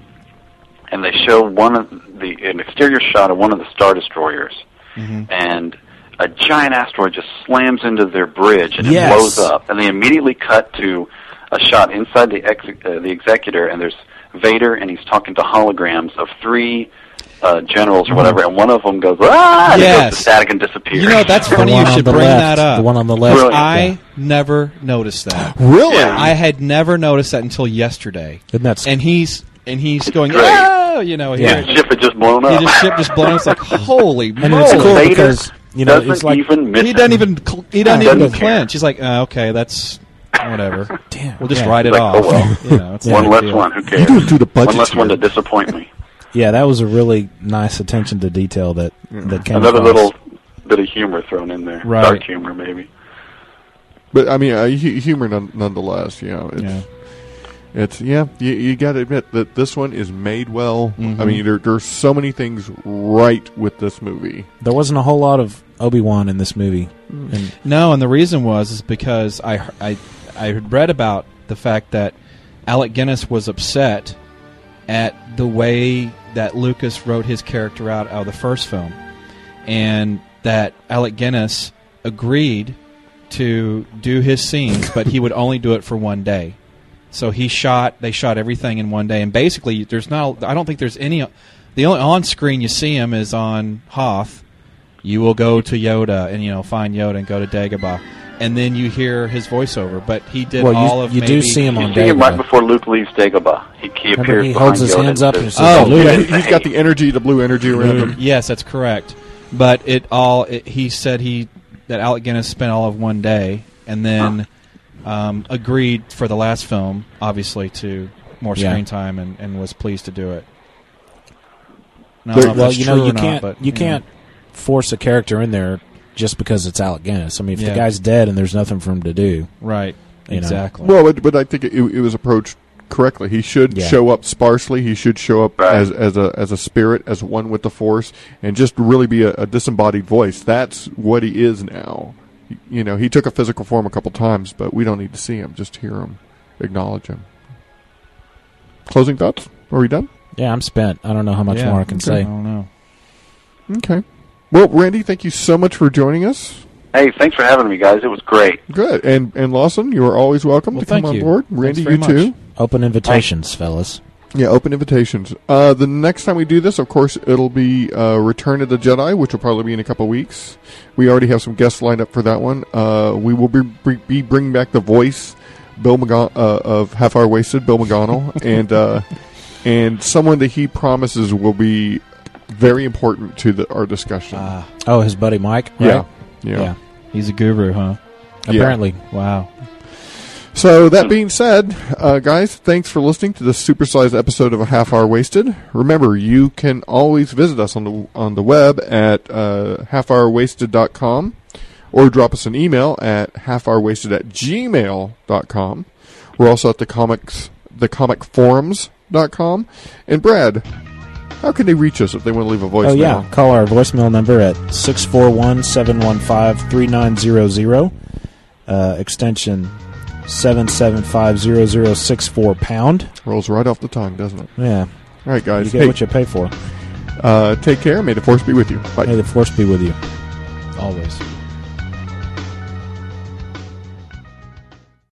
and they show one of the an exterior shot of one of the star destroyers, and a giant asteroid just slams into their bridge and Yes. it blows up. And they immediately cut to a shot inside the ex- uh, the executor, and there's Vader, and he's talking to holograms of three uh, generals or whatever, and one of them goes ah, and it goes Yes. to static and disappears. You know, that's funny. You should bring that up. The one on the left. Brilliant. I Yeah. never noticed that. Really? Yeah. I had never noticed that until yesterday. And that's and he's and he's going, great. oh, you know, Yeah. here. His ship had just blown Yeah, up. His ship just blown. up. It's like holy And it's moly. cool Vader because, you know, it's doesn't like- even miss he it. doesn't even cl- he doesn't, Doesn't even care. clench. He's like, oh, okay, that's whatever. Damn, we'll just yeah. write it Like, oh, off. well. You know, it's one not a less big deal. one. Who cares? don't do the budgets one less one to here. disappoint me. Yeah, that was a really nice attention to detail that that came. Another across. little bit of humor thrown in there. Right. Dark humor, maybe. But I mean, uh, hu- humor none, nonetheless. You know, it's it's yeah. You, you got to admit that this one is made well. I Mhm. mean, there, there's so many things right with this movie. There wasn't a whole lot of Obi Wan in this movie. And No, and the reason was is because I I I had read about the fact that Alec Guinness was upset at the way that Lucas wrote his character out out of the first film, and that Alec Guinness agreed to do his scenes, but he would only do it for one day. So he shot. They shot everything in one day, and basically, there's not. I don't think there's any. The only on screen you see him is on Hoth. You will go to Yoda and you know find Yoda and go to Dagobah, and then you hear his voiceover. But he did Well, you- all of you do maybe- see him You see him right before Luke leaves Dagobah. He, he Remember, appears he behind holds his Yoda hands up says, and Oh, yeah, he- he's got the energy, the blue energy around him. Yes, that's correct. But it all it, he said he that Alec Guinness spent all of one day and then um, agreed for the last film, obviously, to more Yeah. screen time and, and was pleased to do it. No, well, you know, true you or not, can't but, you can't force a character in there just because it's Alec Guinness. I mean, if Yeah. the guy's dead and there's nothing for him to do, right? You know. Well, but, but I think it, it was approached correctly. He should Yeah. show up sparsely. He should show up as, as a as a spirit, as one with the force, and just really be a, a disembodied voice. That's what he is now. You know, he took a physical form a couple times, but we don't need to see him. Just hear him, acknowledge him. Closing thoughts? Are we done? Yeah, I'm spent. I don't know how much Yeah, more I can okay. say. I don't know. Okay. Well, Randy, thank you so much for joining us. Hey, thanks for having me, guys. It was great. Good. And and Lawson, you are always welcome to come on board. Randy, you too. Open invitations, fellas. Yeah, open invitations. Uh, the next time we do this, of course, it'll be uh, Return of the Jedi, which will probably be in a couple weeks. We already have some guests lined up for that one. Uh, we will be, be, be bringing back the voice Bill McGon- uh, of Half Hour Wasted, Bill McGonnell, and uh, and someone that he promises will be very important to the, our discussion. Oh, his buddy Mike. Right? Yeah. Yeah. He's a guru, huh? Yeah. Apparently. Wow. So that being said, uh, guys, thanks for listening to this supersized episode of A Half Hour Wasted. Remember, you can always visit us on the on the web at uh, halfhourwasted.com or drop us an email at halfhourwasted at gmail.com. We're also at the comics the comic forums.com. And Brad, how can they reach us if they want to leave a voicemail? Oh, yeah. Call our voicemail number at 641 715 3900, Uh, extension 7750064 pound. Rolls right off the tongue, doesn't it? Yeah. All right, guys. You get Hey. what you pay for. Uh, take care. May the force be with you. Bye. May the force be with you. Always.